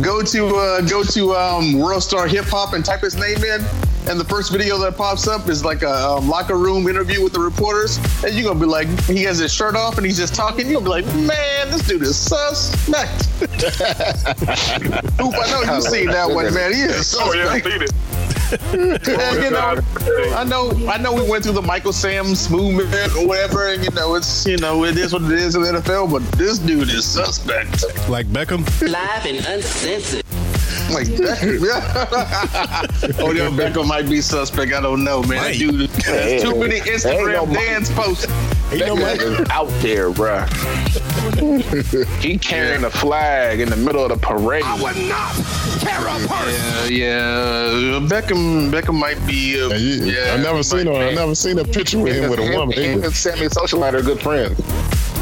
go to uh, go to um, World Star Hip Hop and type his name in. And the first video that pops up is like a um, locker room interview with the reporters, and you're gonna be like, he has his shirt off and he's just talking. You're gonna be like, man, this dude is suspect. Oop, I know you've seen that one, man. He is
Oh, yeah, I
suspect.
see it.
And, you know, I know, I know, we went through the Michael Sam's movement or whatever, and you know, it's you know, it is what it is in the NFL. But this dude is suspect.
Like Beckham?
Live and uncensored.
Like, that. Odell Beckham might be suspect. I don't know, man.
Might.
That dude has too many Instagram dance posts.
You know
That
what?
guy is out there, bruh. he carrying a flag in the middle of the parade.
Yeah, yeah. Beckham, Beckham might be. Uh,
And you, I never seen him. I never seen a picture with him with a woman.
Him
either.
and Sammy Socialite are good friends.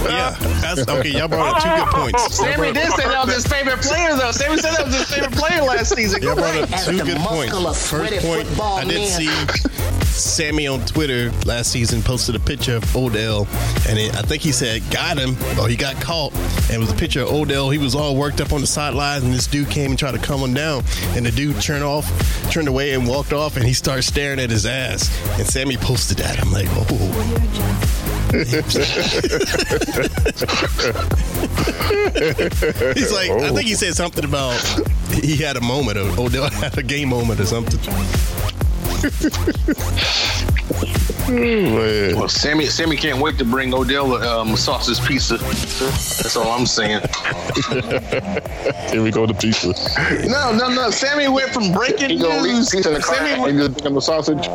Yeah. That's, okay, y'all brought up two good points. Y'all
Sammy
brought
did
up-
say that was his favorite player, though. Sammy said that was his favorite player last season.
Y'all
Go
brought
back.
up two
the
good points.
muscular, sweaty
First point,
football
I did
man.
see Sammy on Twitter last season posted a picture of Odell, and it, I think he said got him, or he got caught, and it was a picture of Odell. He was all worked up on the sidelines, and this dude came and tried to calm him down, and the dude turned off, turned away, and walked off, and he started staring at his ass, and Sammy posted that. I'm like, oh. He's like, I
Oh.
think he said something about he had a moment, or Odell had a game moment, or something.
Man.
Well, Sammy, Sammy can't wait to bring Odell um, sausage pizza. That's all I'm saying.
Here we go to pizza.
No, no, no. Sammy went from breaking
He gonna leave
news.
pizza in the car
Sammy went
and just become a sausage.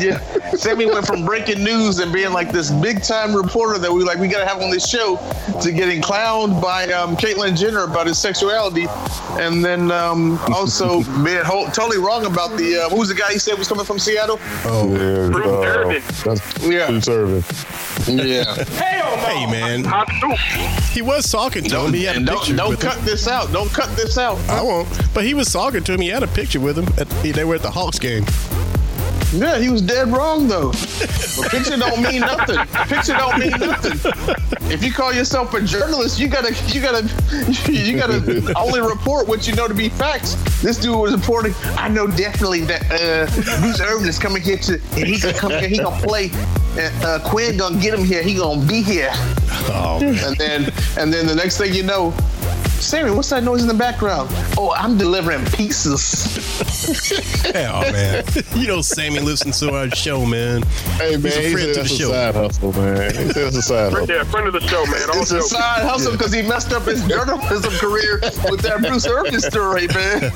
yeah. Sammy went from breaking news and being like this big time reporter that we like we gotta have on this show to getting clowned by um, Caitlyn Jenner about his sexuality, and then um, also being ho- totally wrong about the uh, who was the guy he said was coming from Seattle?
Oh, yeah,
Bruce
uh,
Irvin.
that's
Yeah.
Bruce Irvin.
Yeah.
Hell no.
Hey, man.
Hot soup.
He was talking to him. He had a
and
picture
don't don't
with
cut
him.
this out. Don't cut this out.
I won't. But he was talking to him. He had a picture with him. At, he- they were at the Hawks game.
Yeah, he was dead wrong though. A picture don't mean nothing. A picture don't mean nothing. If you call yourself a journalist, you gotta you gotta you gotta only report what you know to be facts. This dude was reporting. I know definitely that uh, Bruce Irvin is coming here to, and he's gonna come here. He gonna play. uh, Quinn gonna get him here. He gonna be here.
Oh, man.
And then and then the next thing you know, Siri, what's that noise in the background? Oh, I'm delivering pizzas. Oh,
Hell, man. You know, Sammy listens to our show, man.
Hey man,
He's a
he said
friend to the
that's a
show.
side hustle, man. He said it's a side hustle.
Yeah, friend of the show, man. All
It's a
jokes.
side hustle because he messed up his journalism career with that Bruce Irvin story, man.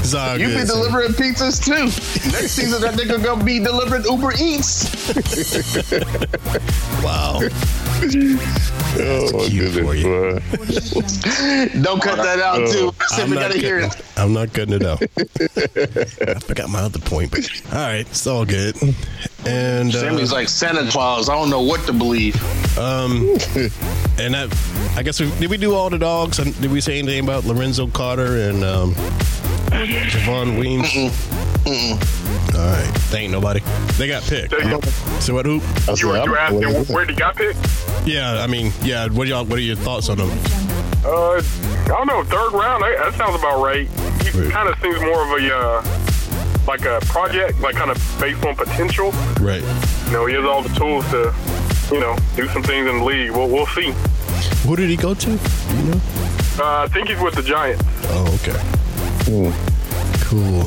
It's all
You
good.
be delivering pizzas too. Next season, that nigga gonna be delivering Uber Eats.
Wow.
Oh my
cute
goodness,
for you.
boy.
Don't cut that out too.
Oh, I'm
we
not
gotta hear it.
cutting- I'm not cutting it out. I forgot my other point, but all right, it's all good. And uh,
Sammy's like Santa Claus. I don't know what to believe.
and I, I guess we did we do all the dogs? And did we say anything about Lorenzo Carter and um, Javon Weems? All right, thank nobody. They got picked.
There you go.
So what? Who?
I
You
said,
were
I'm-
drafting
well,
where he got picked?
Yeah, I mean, yeah. What y'all? What are your thoughts on them?
Uh, I don't know. Third round. eh? That, that sounds about right. He
Right.
kind of seems more of a uh, like a project, like kind of based on potential.
Right.
You know, he has all the tools to, you know, do some things in the league. We'll, we'll see.
Who did he go to? Do You know.
Uh, I think he's with the Giants.
Oh, okay. Cool.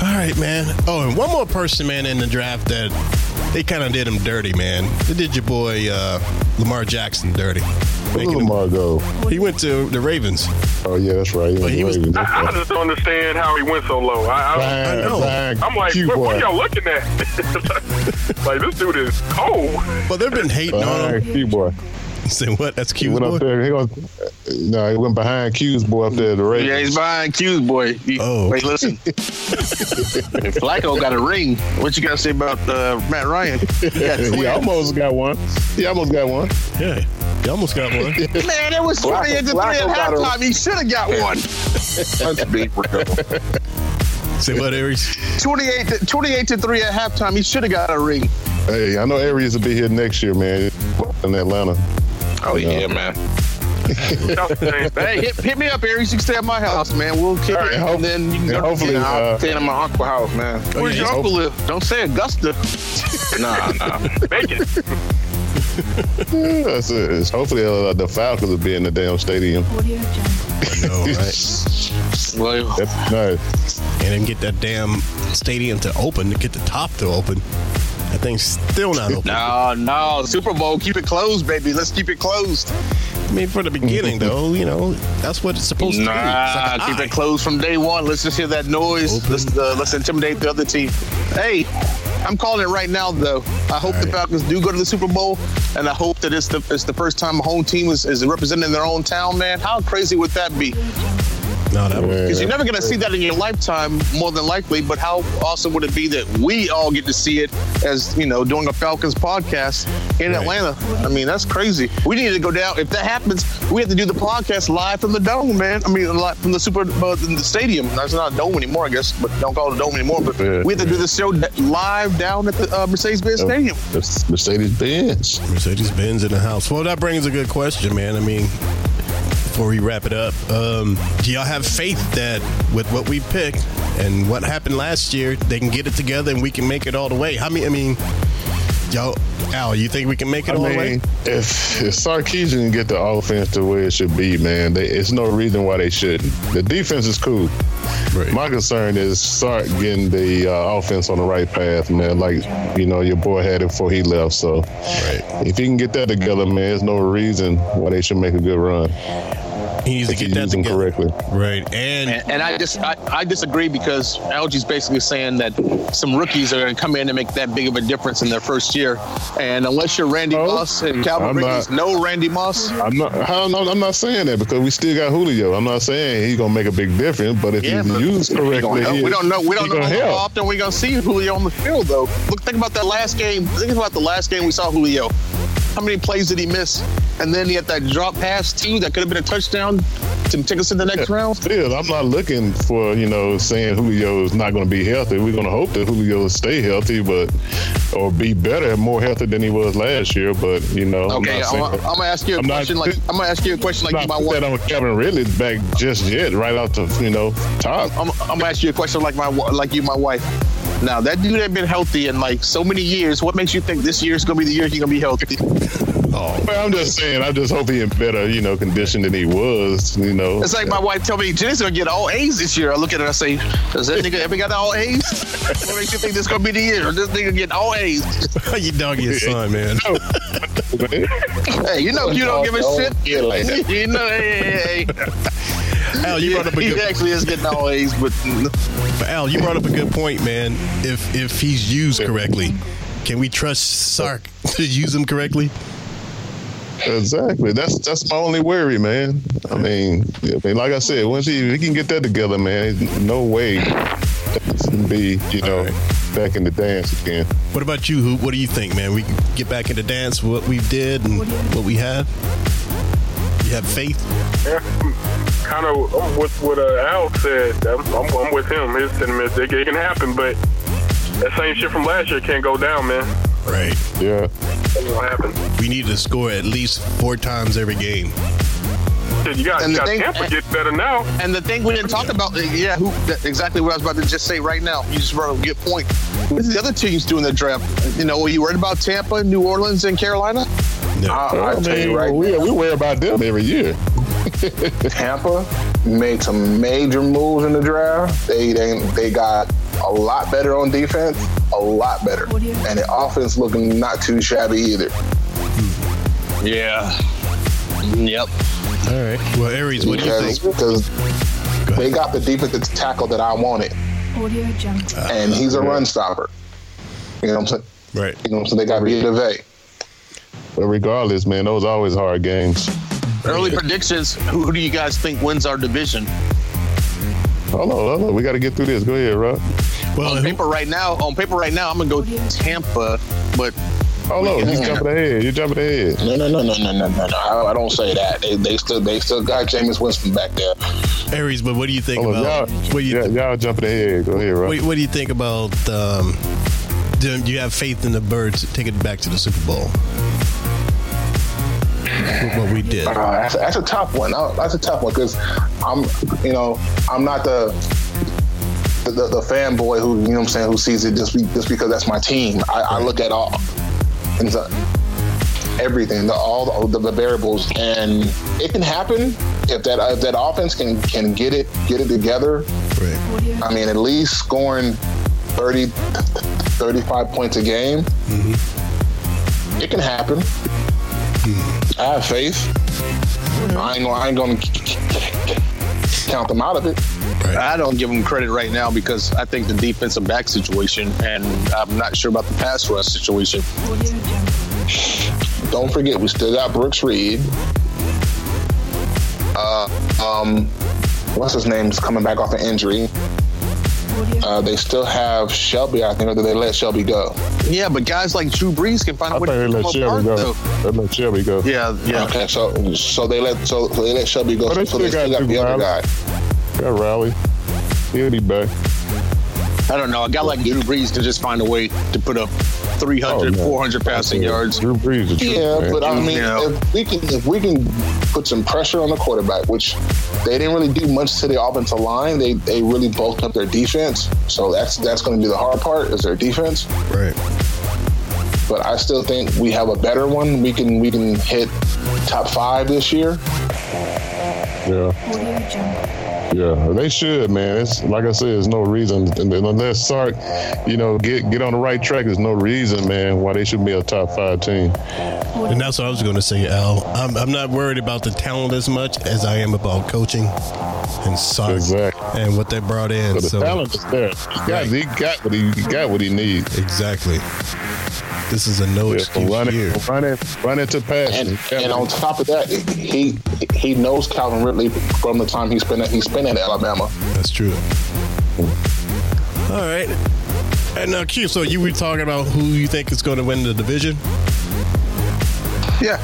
All right, man. Oh, and one more person, man, in the draft that they kind of did him dirty, man. They did your boy uh, Lamar Jackson dirty.
Where's
Making him-
Lamar go?
he went to the Ravens.
Oh yeah, that's right.
But he was-
Ravens.
I, I just don't understand how he went so low. I, I,
Brian-
know.
Brian
I'm like,
Q
what, what
boy.
y'all looking at? like this dude is cold.
Well, they've been hating on
Brian
him.
Q boy.
Say what? That's
He
cute.
went up
Boy.
there. He gonna, no, he went behind Q's boy up there. at The Ravens.
Yeah, he's behind Q's boy. You-
Oh.
Wait, listen. if Flacco got a ring, what you got to say about uh, Matt Ryan? He got
he
twins.
almost got one. He almost got one.
Yeah, you almost got one.
Man, it was 28 to 3 at
Flacco got a-
halftime. He should have got one.
Let's be real.
Say what, Aries?
28 to, 28 to 3 at halftime. He should have got a ring.
Hey, I know Arias will be here next year, man. In Atlanta.
Oh yeah, man.
That's the thing.
Hey, hit, hit me up, Aries. You can stay at my house, man. We'll kick
All right,
it.
hope-
and then you can
and
go
hopefully,
to Nah, I'm
uh,
staying at my uncle's house, man. Where's
yeah,
your
hope-
uncle live? Don't say Augusta.
Nah, nah.
Make it.
Yeah, that's it. It's- Hopefully, uh, the Falcons will be in the damn stadium.
No, right?
Well,
That's nice.
And then get that damn stadium to open, to get the top to open. That thing's still not open.
no, no. Super Bowl, keep it closed, baby. Let's keep it closed.
I mean, for the beginning, though, you know, that's what it's supposed to be. It's
Nah,
like an
keep
eye.
it closed from day one. Let's just hear that noise.
Open.
Let's uh, let's intimidate the other team. Hey, I'm calling it right now though. I hope the
Alright.
Falcons do go to the Super Bowl, and I hope that it's the it's the first time a home team is, is representing their own town. Man, how crazy would that be?
No, that was
Because you're never gonna see that in your lifetime, more than likely. But how awesome would it be that we all get to see it as you know doing a Falcons podcast in
Right.
Atlanta? I mean, that's crazy. We need to go down. If that happens, we have to do the podcast live from the dome, man. I mean, live from the Super uh, the stadium. That's not a dome anymore, I guess. But don't call it a dome anymore. But
Yeah.
we have to do the show d- live down at the uh, Mercedes-Benz Stadium.
That's Mercedes Benz.
Mercedes Benz in the house. Well, that brings a good question, man. I mean, before we wrap it up, um, do y'all have faith that with what we picked and what happened last year, they can get it together and we can make it all the way? How many? I mean, y'all, Al, you think we can make it
I
all the way?
mean, if, if Sarkeesian can get the offense the way it should be, man, they, it's no reason why they shouldn't. The defense is cool.
Right.
My concern is Sark getting the uh, offense on the right path, man. Like you know, your boy had it before he left. So
Right.
if he can get that together, man, there's no reason why they should make a good run.
He needs to
If you
get that
use them
together.
correctly.
Right. And,
And, and I just I, I disagree because Algie's basically saying that some rookies are going to come in and make that big of a difference in their first year. And unless you're Randy
No,
Moss and Calvin
Oh, I'm
Ridley's,
not.
no Randy Moss.
I'm not. How, no, I'm not saying that because we still got Julio. I'm not saying he's gonna make a big difference, but if
Yeah,
he's
but
used
He gonna
correctly,
help.
he-
We don't know. We don't
he
know
gonna
how
help.
often we're going to see Julio on the field, though. Look, think about that last game. Think about the last game we saw Julio. How many plays did he miss? And then he had that drop pass too. That could have been a touchdown to take us to the next round.
Still, I'm not looking for you know saying Julio is not going to be healthy. We're going to hope that Julio will stay healthy, but or be better, more healthy than he was last year. But you know,
Okay,
I'm
I'm,
not
I'm
saying,
gonna ask you a
I'm not-
question. like I'm gonna ask you a question. Like
I'm
you
not
might
put
want
that on Kevin Ridley's back just yet, right off the you know top.
I'm, I'm gonna ask you a question like my like you, my wife. Now that dude had been healthy in like so many years. What makes you think this year's gonna be the year he's gonna be healthy?
Well, I'm just saying. I just hope he in better, you know, condition than he was. You know,
It's like my wife told me Jenny's gonna get all A's this year. I look at her, I say, "Does that nigga ever got all A's? what makes you think this gonna be the year? This nigga get all A's?
you doggy your son, man.
Hey, you know you don't give a shit.
Yeah, like that.
you know, hey, hey, hey.
Al, Oh, you brought up a
he
good
actually is getting all A's, but
Al, you brought up a good point, man. If if he's used correctly, can we trust Sark to use him correctly?
Exactly. That's that's my only worry, man. I mean, I mean, like I said, once he, he can get that together, man, there's no way that's gonna be you know
All right.
back in the dance again.
What about you, Hoop? What do you think, man? We can get back into dance, what we did and what we have. You have faith?
kind of I'm with what uh, Al said. I'm, I'm, I'm with him. His sentiments. It, it can happen, but that same shit from last year can't go down, man.
Right.
Yeah.
That's gonna happen.
We need to score at least four times every game.
Shit, you got,
And the
you got
thing-
Tampa getting better now.
and the thing we didn't talk about, yeah, who, that, exactly what I was about to just say right now. You just brought up a good point. What's the other teams doing the draft? You know, are you worried about Tampa, New Orleans, and Carolina?
No.
Uh,
I, I tell you right
we, we worry about them every year.
Tampa made some major moves in the draft. They they, they got a lot better on defense, a lot better, and the offense looking not too shabby either.
Yeah. Yep.
All right. Well, Aries, what do you
Because
think?
because
Go
they
ahead.
got the defensive tackle that I wanted,
Audio jump.
and he's a
Uh-huh.
run stopper. You know what I'm saying?
Right.
You know what I'm saying? They got B to V.
But regardless, man, those always hard games.
Early predictions. Who, who do you guys think wins our division?
Hold on, hold on. We got to get through this. Go ahead, Rob.
Well,
On
who-
paper right now, on paper right now, I'm gonna go Tampa, but
Hold on. You jumping ahead. You jumping ahead.
No, no, no, no, no, no, no, no. I, I don't say that. They, they still they still got Jameis Winston back there.
Aries, but what do you think
Hold on.
about?
Y'all,
What do you
Oh, yeah, y'all jumping ahead. Go ahead, Rob.
What, what do you think about? Um, do do you have faith in the birds taking it back to the Super Bowl? What- What we did.
Uh, that's, that's a tough one. Uh, that's a tough one because I'm, you know, I'm not the, the the fanboy who you know what I'm saying who sees it just be, just because that's my team. I, I look at all and so- everything, the, all the, the variables, and it can happen if that if that offense can can get it get it together.
Right.
I mean, at least scoring 30, 35 points a game. It can happen. I have faith. I ain't gonna, I ain't gonna count them out of it.
I don't give them credit right now because I think the defensive back situation, and I'm not sure about the pass rush situation.
Don't forget, we still got Brooks Reed. Uh, um, what's his name's coming back off an injury. Uh, they still have Shelby, I think, or did they let Shelby go?
Yeah, but guys like Drew Brees can find
I
a
think
way to
they
come
let Shelby
apart,
go.
though.
They let Shelby go.
Yeah, yeah.
Okay, so so they let so, so they let Shelby go.
But they
so they
still
still
got
got
Duke
the other guy.
Riley. Got Riley. He'll be back.
I don't know. A guy like Drew Brees can just find a way to put up 300,
Oh, yeah.
400 passing yards.
Drew Brees. is a true
Yeah,
man.
but I mean,
Yeah.
if we can if we can put some pressure on the quarterback, which they didn't really do much to the offensive line. They they really bulked up their defense. So that's that's going to be the hard part is their defense.
Right.
But I still think we have a better one. We can we can hit top five this year.
Yeah, yeah, they should, man. It's like I said, there's no reason unless Sark, you know, get get on the right track. There's no reason, man, why they should be a top five team.
And that's what I was going to say, Al. I'm, I'm not worried about the talent as much as I am about coaching and soccer
Exactly.
and what they brought in.
But the
so
talent is there. He got, he got what he, he got what he needs.
exactly. This is a no
Yeah,
excuse
run
year.
it, run it, run it to
And
passion.
and on top of that, he he knows Calvin Ridley from the time he spent at, he spent at Alabama.
That's true. All right. And now, Q. So you were talking about who you think is going to win the division.
Yeah.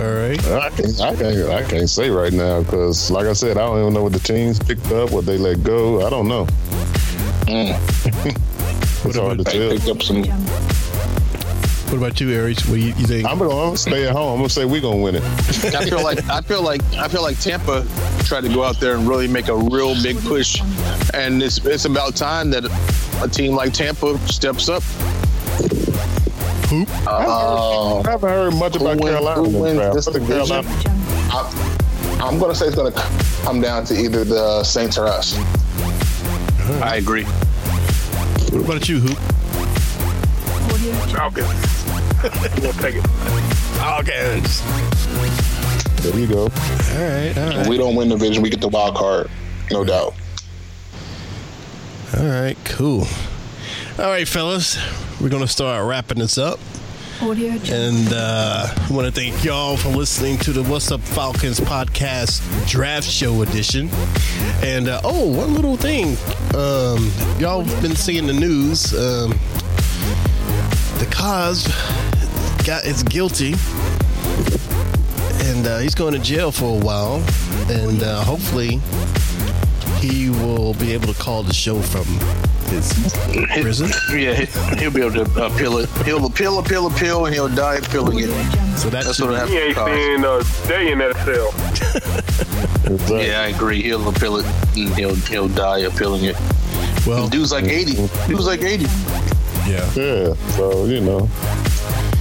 All right.
I can't, I can't, I can't say right now because, like I said, I don't even know what the teams picked up, what they let go. I don't know. it's hard to
They
tell.
picked up some
What about you, Aries? What do you, you think?
I'm gonna, I'm gonna stay at home. I'm gonna say we're gonna win it.
I feel like I feel like I feel like Tampa tried to go out there and really make a real big push, and it's it's about time that a team like Tampa steps up.
Hoop.
I haven't heard much about
wins-
Carolina.
who
in the
wins
draft.
this
I think
division?
Carolina-
I, I'm gonna say it's gonna come down to either the Saints or us.
I agree.
What about you, Hoop?
Falcons. we'll take it.
Falcons.
There you go.
All right, all
If
right,
we don't win the division, we get the wild card, no doubt.
all right. Cool. All right, fellas, we're gonna start wrapping this up.
Audio
And uh, I want to thank y'all for listening to the What's Up Falcons podcast draft show edition. And uh, oh, one little thing. Um, y'all been seeing the news. Um, the cause got is guilty. And uh, he's going to jail for a while. And uh, hopefully he will be able to call the show from his prison.
Yeah, he- he'll be able to appeal it. He'll appeal, appeal, appeal, and he'll die appealing it.
So that
That's
should-
what
He ain't
happens.
seeing a day in that cell.
Exactly.
Yeah, I agree. He'll appeal it, and he'll he'll die appealing it.
well,
Dude's like eighty. Dude's like eighty.
yeah.
Yeah. So you know.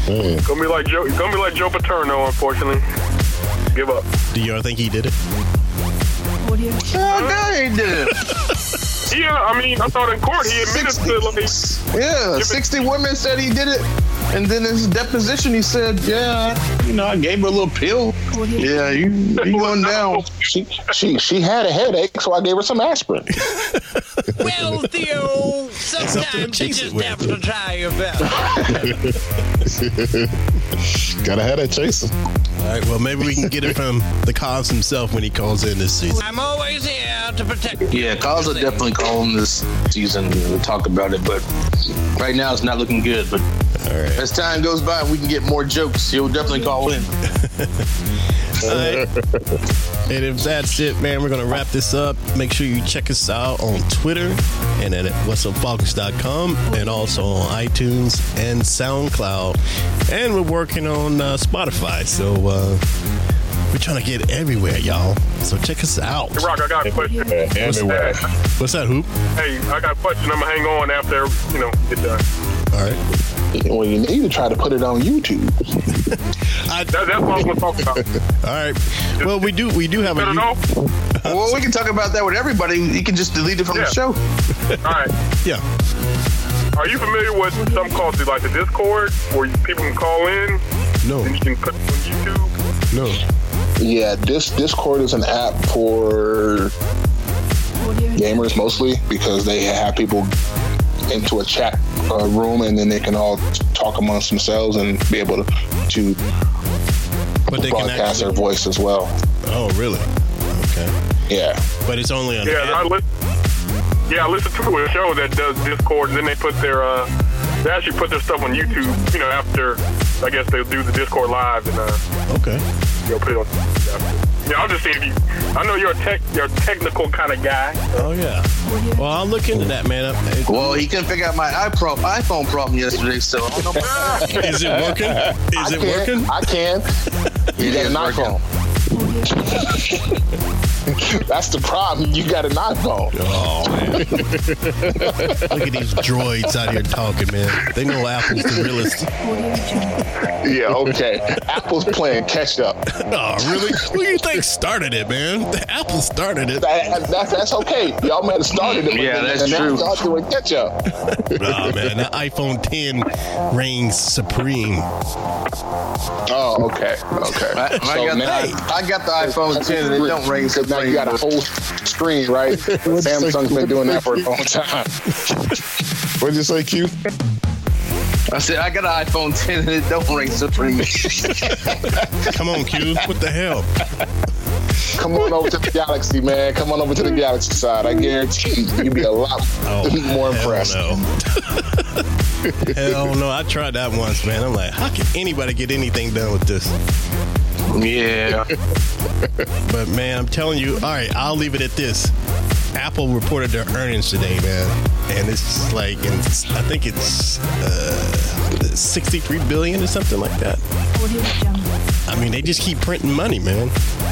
Man.
Gonna be like Joe. Gonna be like Joe Paterno, unfortunately. Give up.
Do y'all think he did it?
Oh, no, he did it.
Yeah, uh, I mean, I thought in court he admitted to like.
Sixty. Yeah, sixty women said he did it, and then in his deposition he said, "Yeah, you know, I gave her a little pill. Yeah, you you going down?
She she she had a headache, so I gave her some aspirin.
Well, Theo, sometimes you
chase it
just
with.
have to try your best.
Gotta have that chaser.
All right. Well, maybe we can get it from the Cavs himself when he calls in this season.
I'm always here to protect you.
Yeah, Kyle's will definitely call him this season. We'll talk about it, but right now it's not looking good. But
All right.
as time goes by, we can get more jokes. He'll definitely call in.
All right. and if that's it, man, we're gonna wrap this up. Make sure you check us out on Twitter and at whatsupfalcons.com and also on iTunes and SoundCloud. And we're working on uh, Spotify, so uh, we're trying to get everywhere, y'all. So check us out.
Rock, I got a question.
Yeah, everywhere.
What's that, Hoop?
Hey, I got a question. I'm gonna hang on after you know get done.
All right.
Well, you need to try to put it on YouTube.
I,
That, that's what I was gonna talk about.
all right. Well, we do we do have a
Cut it
you-
off. All
Well, we can talk about that with everybody. You can just delete it from
Yeah.
the show.
right.
yeah.
Are you familiar with something called the, like the Discord, where you- people can call in
No,
and you can put it on YouTube?
no.
Yeah, this Discord is an app for gamers mostly because they have people into a chat uh, room and then they can all talk amongst themselves and be able to, to
But they can
broadcast
actually.
their voice as well.
Oh, really? Okay.
Yeah.
But it's only on.
Yeah, I listen. Yeah, I listen to a show that does Discord, and then they put their uh, they actually put their stuff on YouTube. You know, after I guess they'll do the Discord live and uh,
Okay.
you know put it on. Yeah, I'm just saying. If you, I know you're a tech, you're a technical kind of guy.
Oh yeah. Well, I'll look into that, man. I-
Well, he couldn't figure out my iPro- iPhone problem yesterday, so I don't know about
Is it working? Is
I
it
can,
working?
I can. You got an
is working.
iPhone. That's the problem. You got an iPhone.
Oh man! look at these droids out here talking, man. They know Apple's the realest.
Yeah, okay. Apple's playing catch up.
Oh really? Who do you think started it, man? Apple started it.
That, that, that's okay. Y'all might have started it. but
Yeah,
then-
that's
and now
true.
Y'all doing catch up.
Oh man, the iPhone 10 reigns supreme.
Oh, okay. Okay.
I, I got the, I got the iPhone 10 and it don't ring
Because now you got a whole screen, right? Samsung's been doing that for a long time.
What'd you say, Q?
I said I got an iPhone 10 and it don't ring supreme.
Come on, Q. What the hell?
Come on over to the Galaxy, man. Come on over to the Galaxy side. I guarantee you, you'd be a lot more impressed.
Oh, Hell no. hell no. I tried that once, man. I'm like, how can anybody get anything done with this?
yeah.
But man, I'm telling you, all right, I'll leave it at this. Apple reported their earnings today, man, and it's like, and it's, I think it's uh, 63 billion or something like that. I mean, they just keep printing money, man.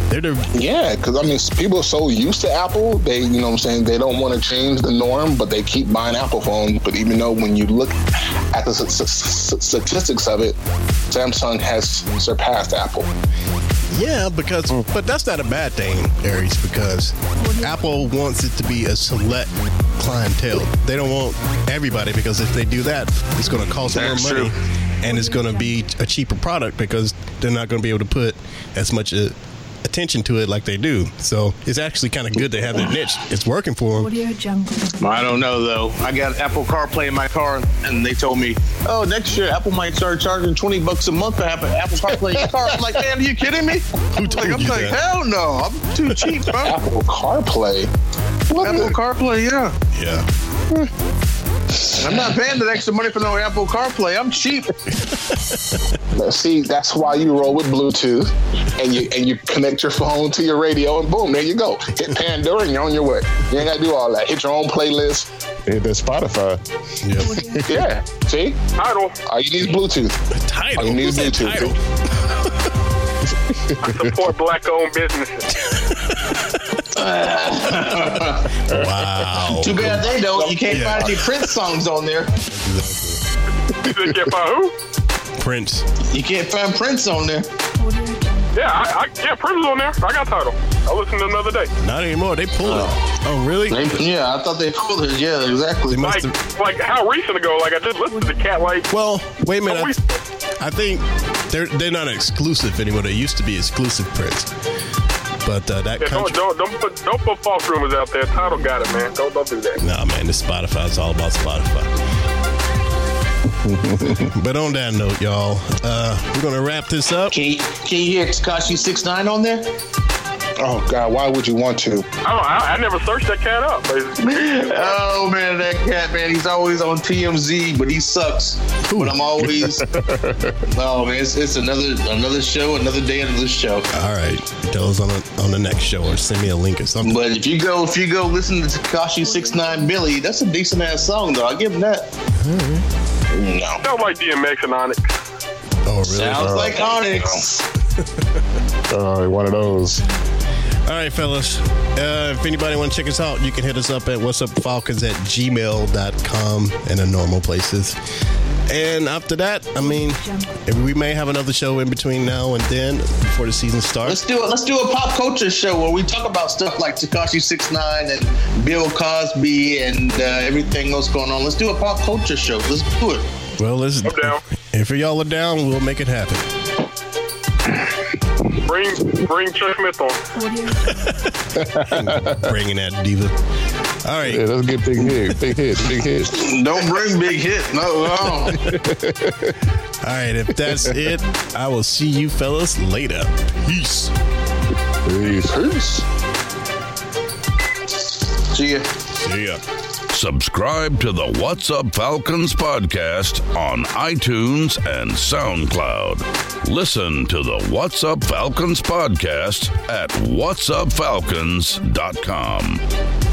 They're the
Yeah, because I mean, s- people are so used to Apple, they, you know what I'm saying, they don't want to change the norm, but they keep buying Apple phones. But even though when you look at the s- s- s- statistics of it, Samsung has surpassed Apple.
yeah, because but that's not a bad thing, Aries, because Apple wants it to be a select clientele. They don't want everybody because if they do that, it's going to cost
That's
more money,
true.
and it's going to be a cheaper product because they're not going to be able to put as much. uh attention to it like they do so it's actually kind of good to have their niche it's working for them
Audio Jungle.
I don't know though. I got Apple CarPlay in my car, and they told me, "Oh, next year Apple might start charging twenty bucks a month for Apple Apple CarPlay in your car." I'm like, "Man, are you kidding me?" like, I'm
you
like,
that?
"Hell no, I'm too cheap, bro."
Apple CarPlay? What
Apple
the-
CarPlay, yeah.
yeah
And I'm not paying that extra money for no Apple CarPlay. I'm cheap.
See, that's why you roll with Bluetooth and you and you connect your phone to your radio and boom, there you go. Hit Pandora and you're on your way. You ain't gotta do all that. Hit your own playlist.
Hit that Spotify.
yeah
Yeah. See?
Title.
All you need is Bluetooth.
title
All you need
Who
is
said
Bluetooth.
title?
Support black-owned businesses.
Wow.
Too bad they don't. You can't
Yeah.
find any Prince songs on there.
You said get by who?
Prince.
You can't find Prince on there.
Yeah, I, I yeah, Prince is on there. I got title. I listened to another day.
Not anymore. They pulled it. Oh, really?
They- yeah, I thought they pulled it. Yeah, exactly.
They must
Like
have.
like how recent ago? Like I just listened to Cat like
Well, wait a minute.
a week.
I, I think they're they're not exclusive anymore. They used to be exclusive Prince, but uh, that
Yeah, don't,
country.
don't don't put don't put false rumors out there. Title got it, man. Don't don't do that.
Nah, man, this Spotify is all about Spotify. but on that note, y'all, uh, we're gonna wrap this up.
Can you, can you hear Takashi Six Nine on there?
Oh God, why would you want to?
I don't. I, I never searched that cat up. It's-
Oh man, that cat man, he's always on TMZ, but he sucks. But I'm always Oh man, it's, it's another another show, another day, another show.
All right, tell us on the, on the next show or send me a link or something.
But if you go if you go listen to Takashi Six Nine Billy, that's a decent ass song though. I'll give him that. No.
Sound like DMX and Onyx.
oh, really?
Sounds like Onyx.
All right, Uh, one of those.
All right, fellas. Uh, if anybody want to check us out, you can hit us up at what's up falcons at gmail.com and the normal places. And after that, I mean, we may have another show in between now and then before the season starts.
Let's do it. Let's do a pop culture show where we talk about stuff like Takashi Six Nine and Bill Cosby and uh, everything else going on. Let's do a pop culture show. Let's do it.
Well, let's.
I'm down.
If y'all are down, we'll make it happen.
Bring bring Chuck Smith on.
Bringing that diva. All
Yeah,
right.
let's get big hit, big hit, big hit.
Don't bring big hit. No, no.
All right. If that's it, I will see you fellas later. Peace.
Peace.
Peace.
See ya.
See ya.
Subscribe to the What's Up Falcons podcast on iTunes and SoundCloud. Listen to the What's Up Falcons podcast at whatsupfalcons.com.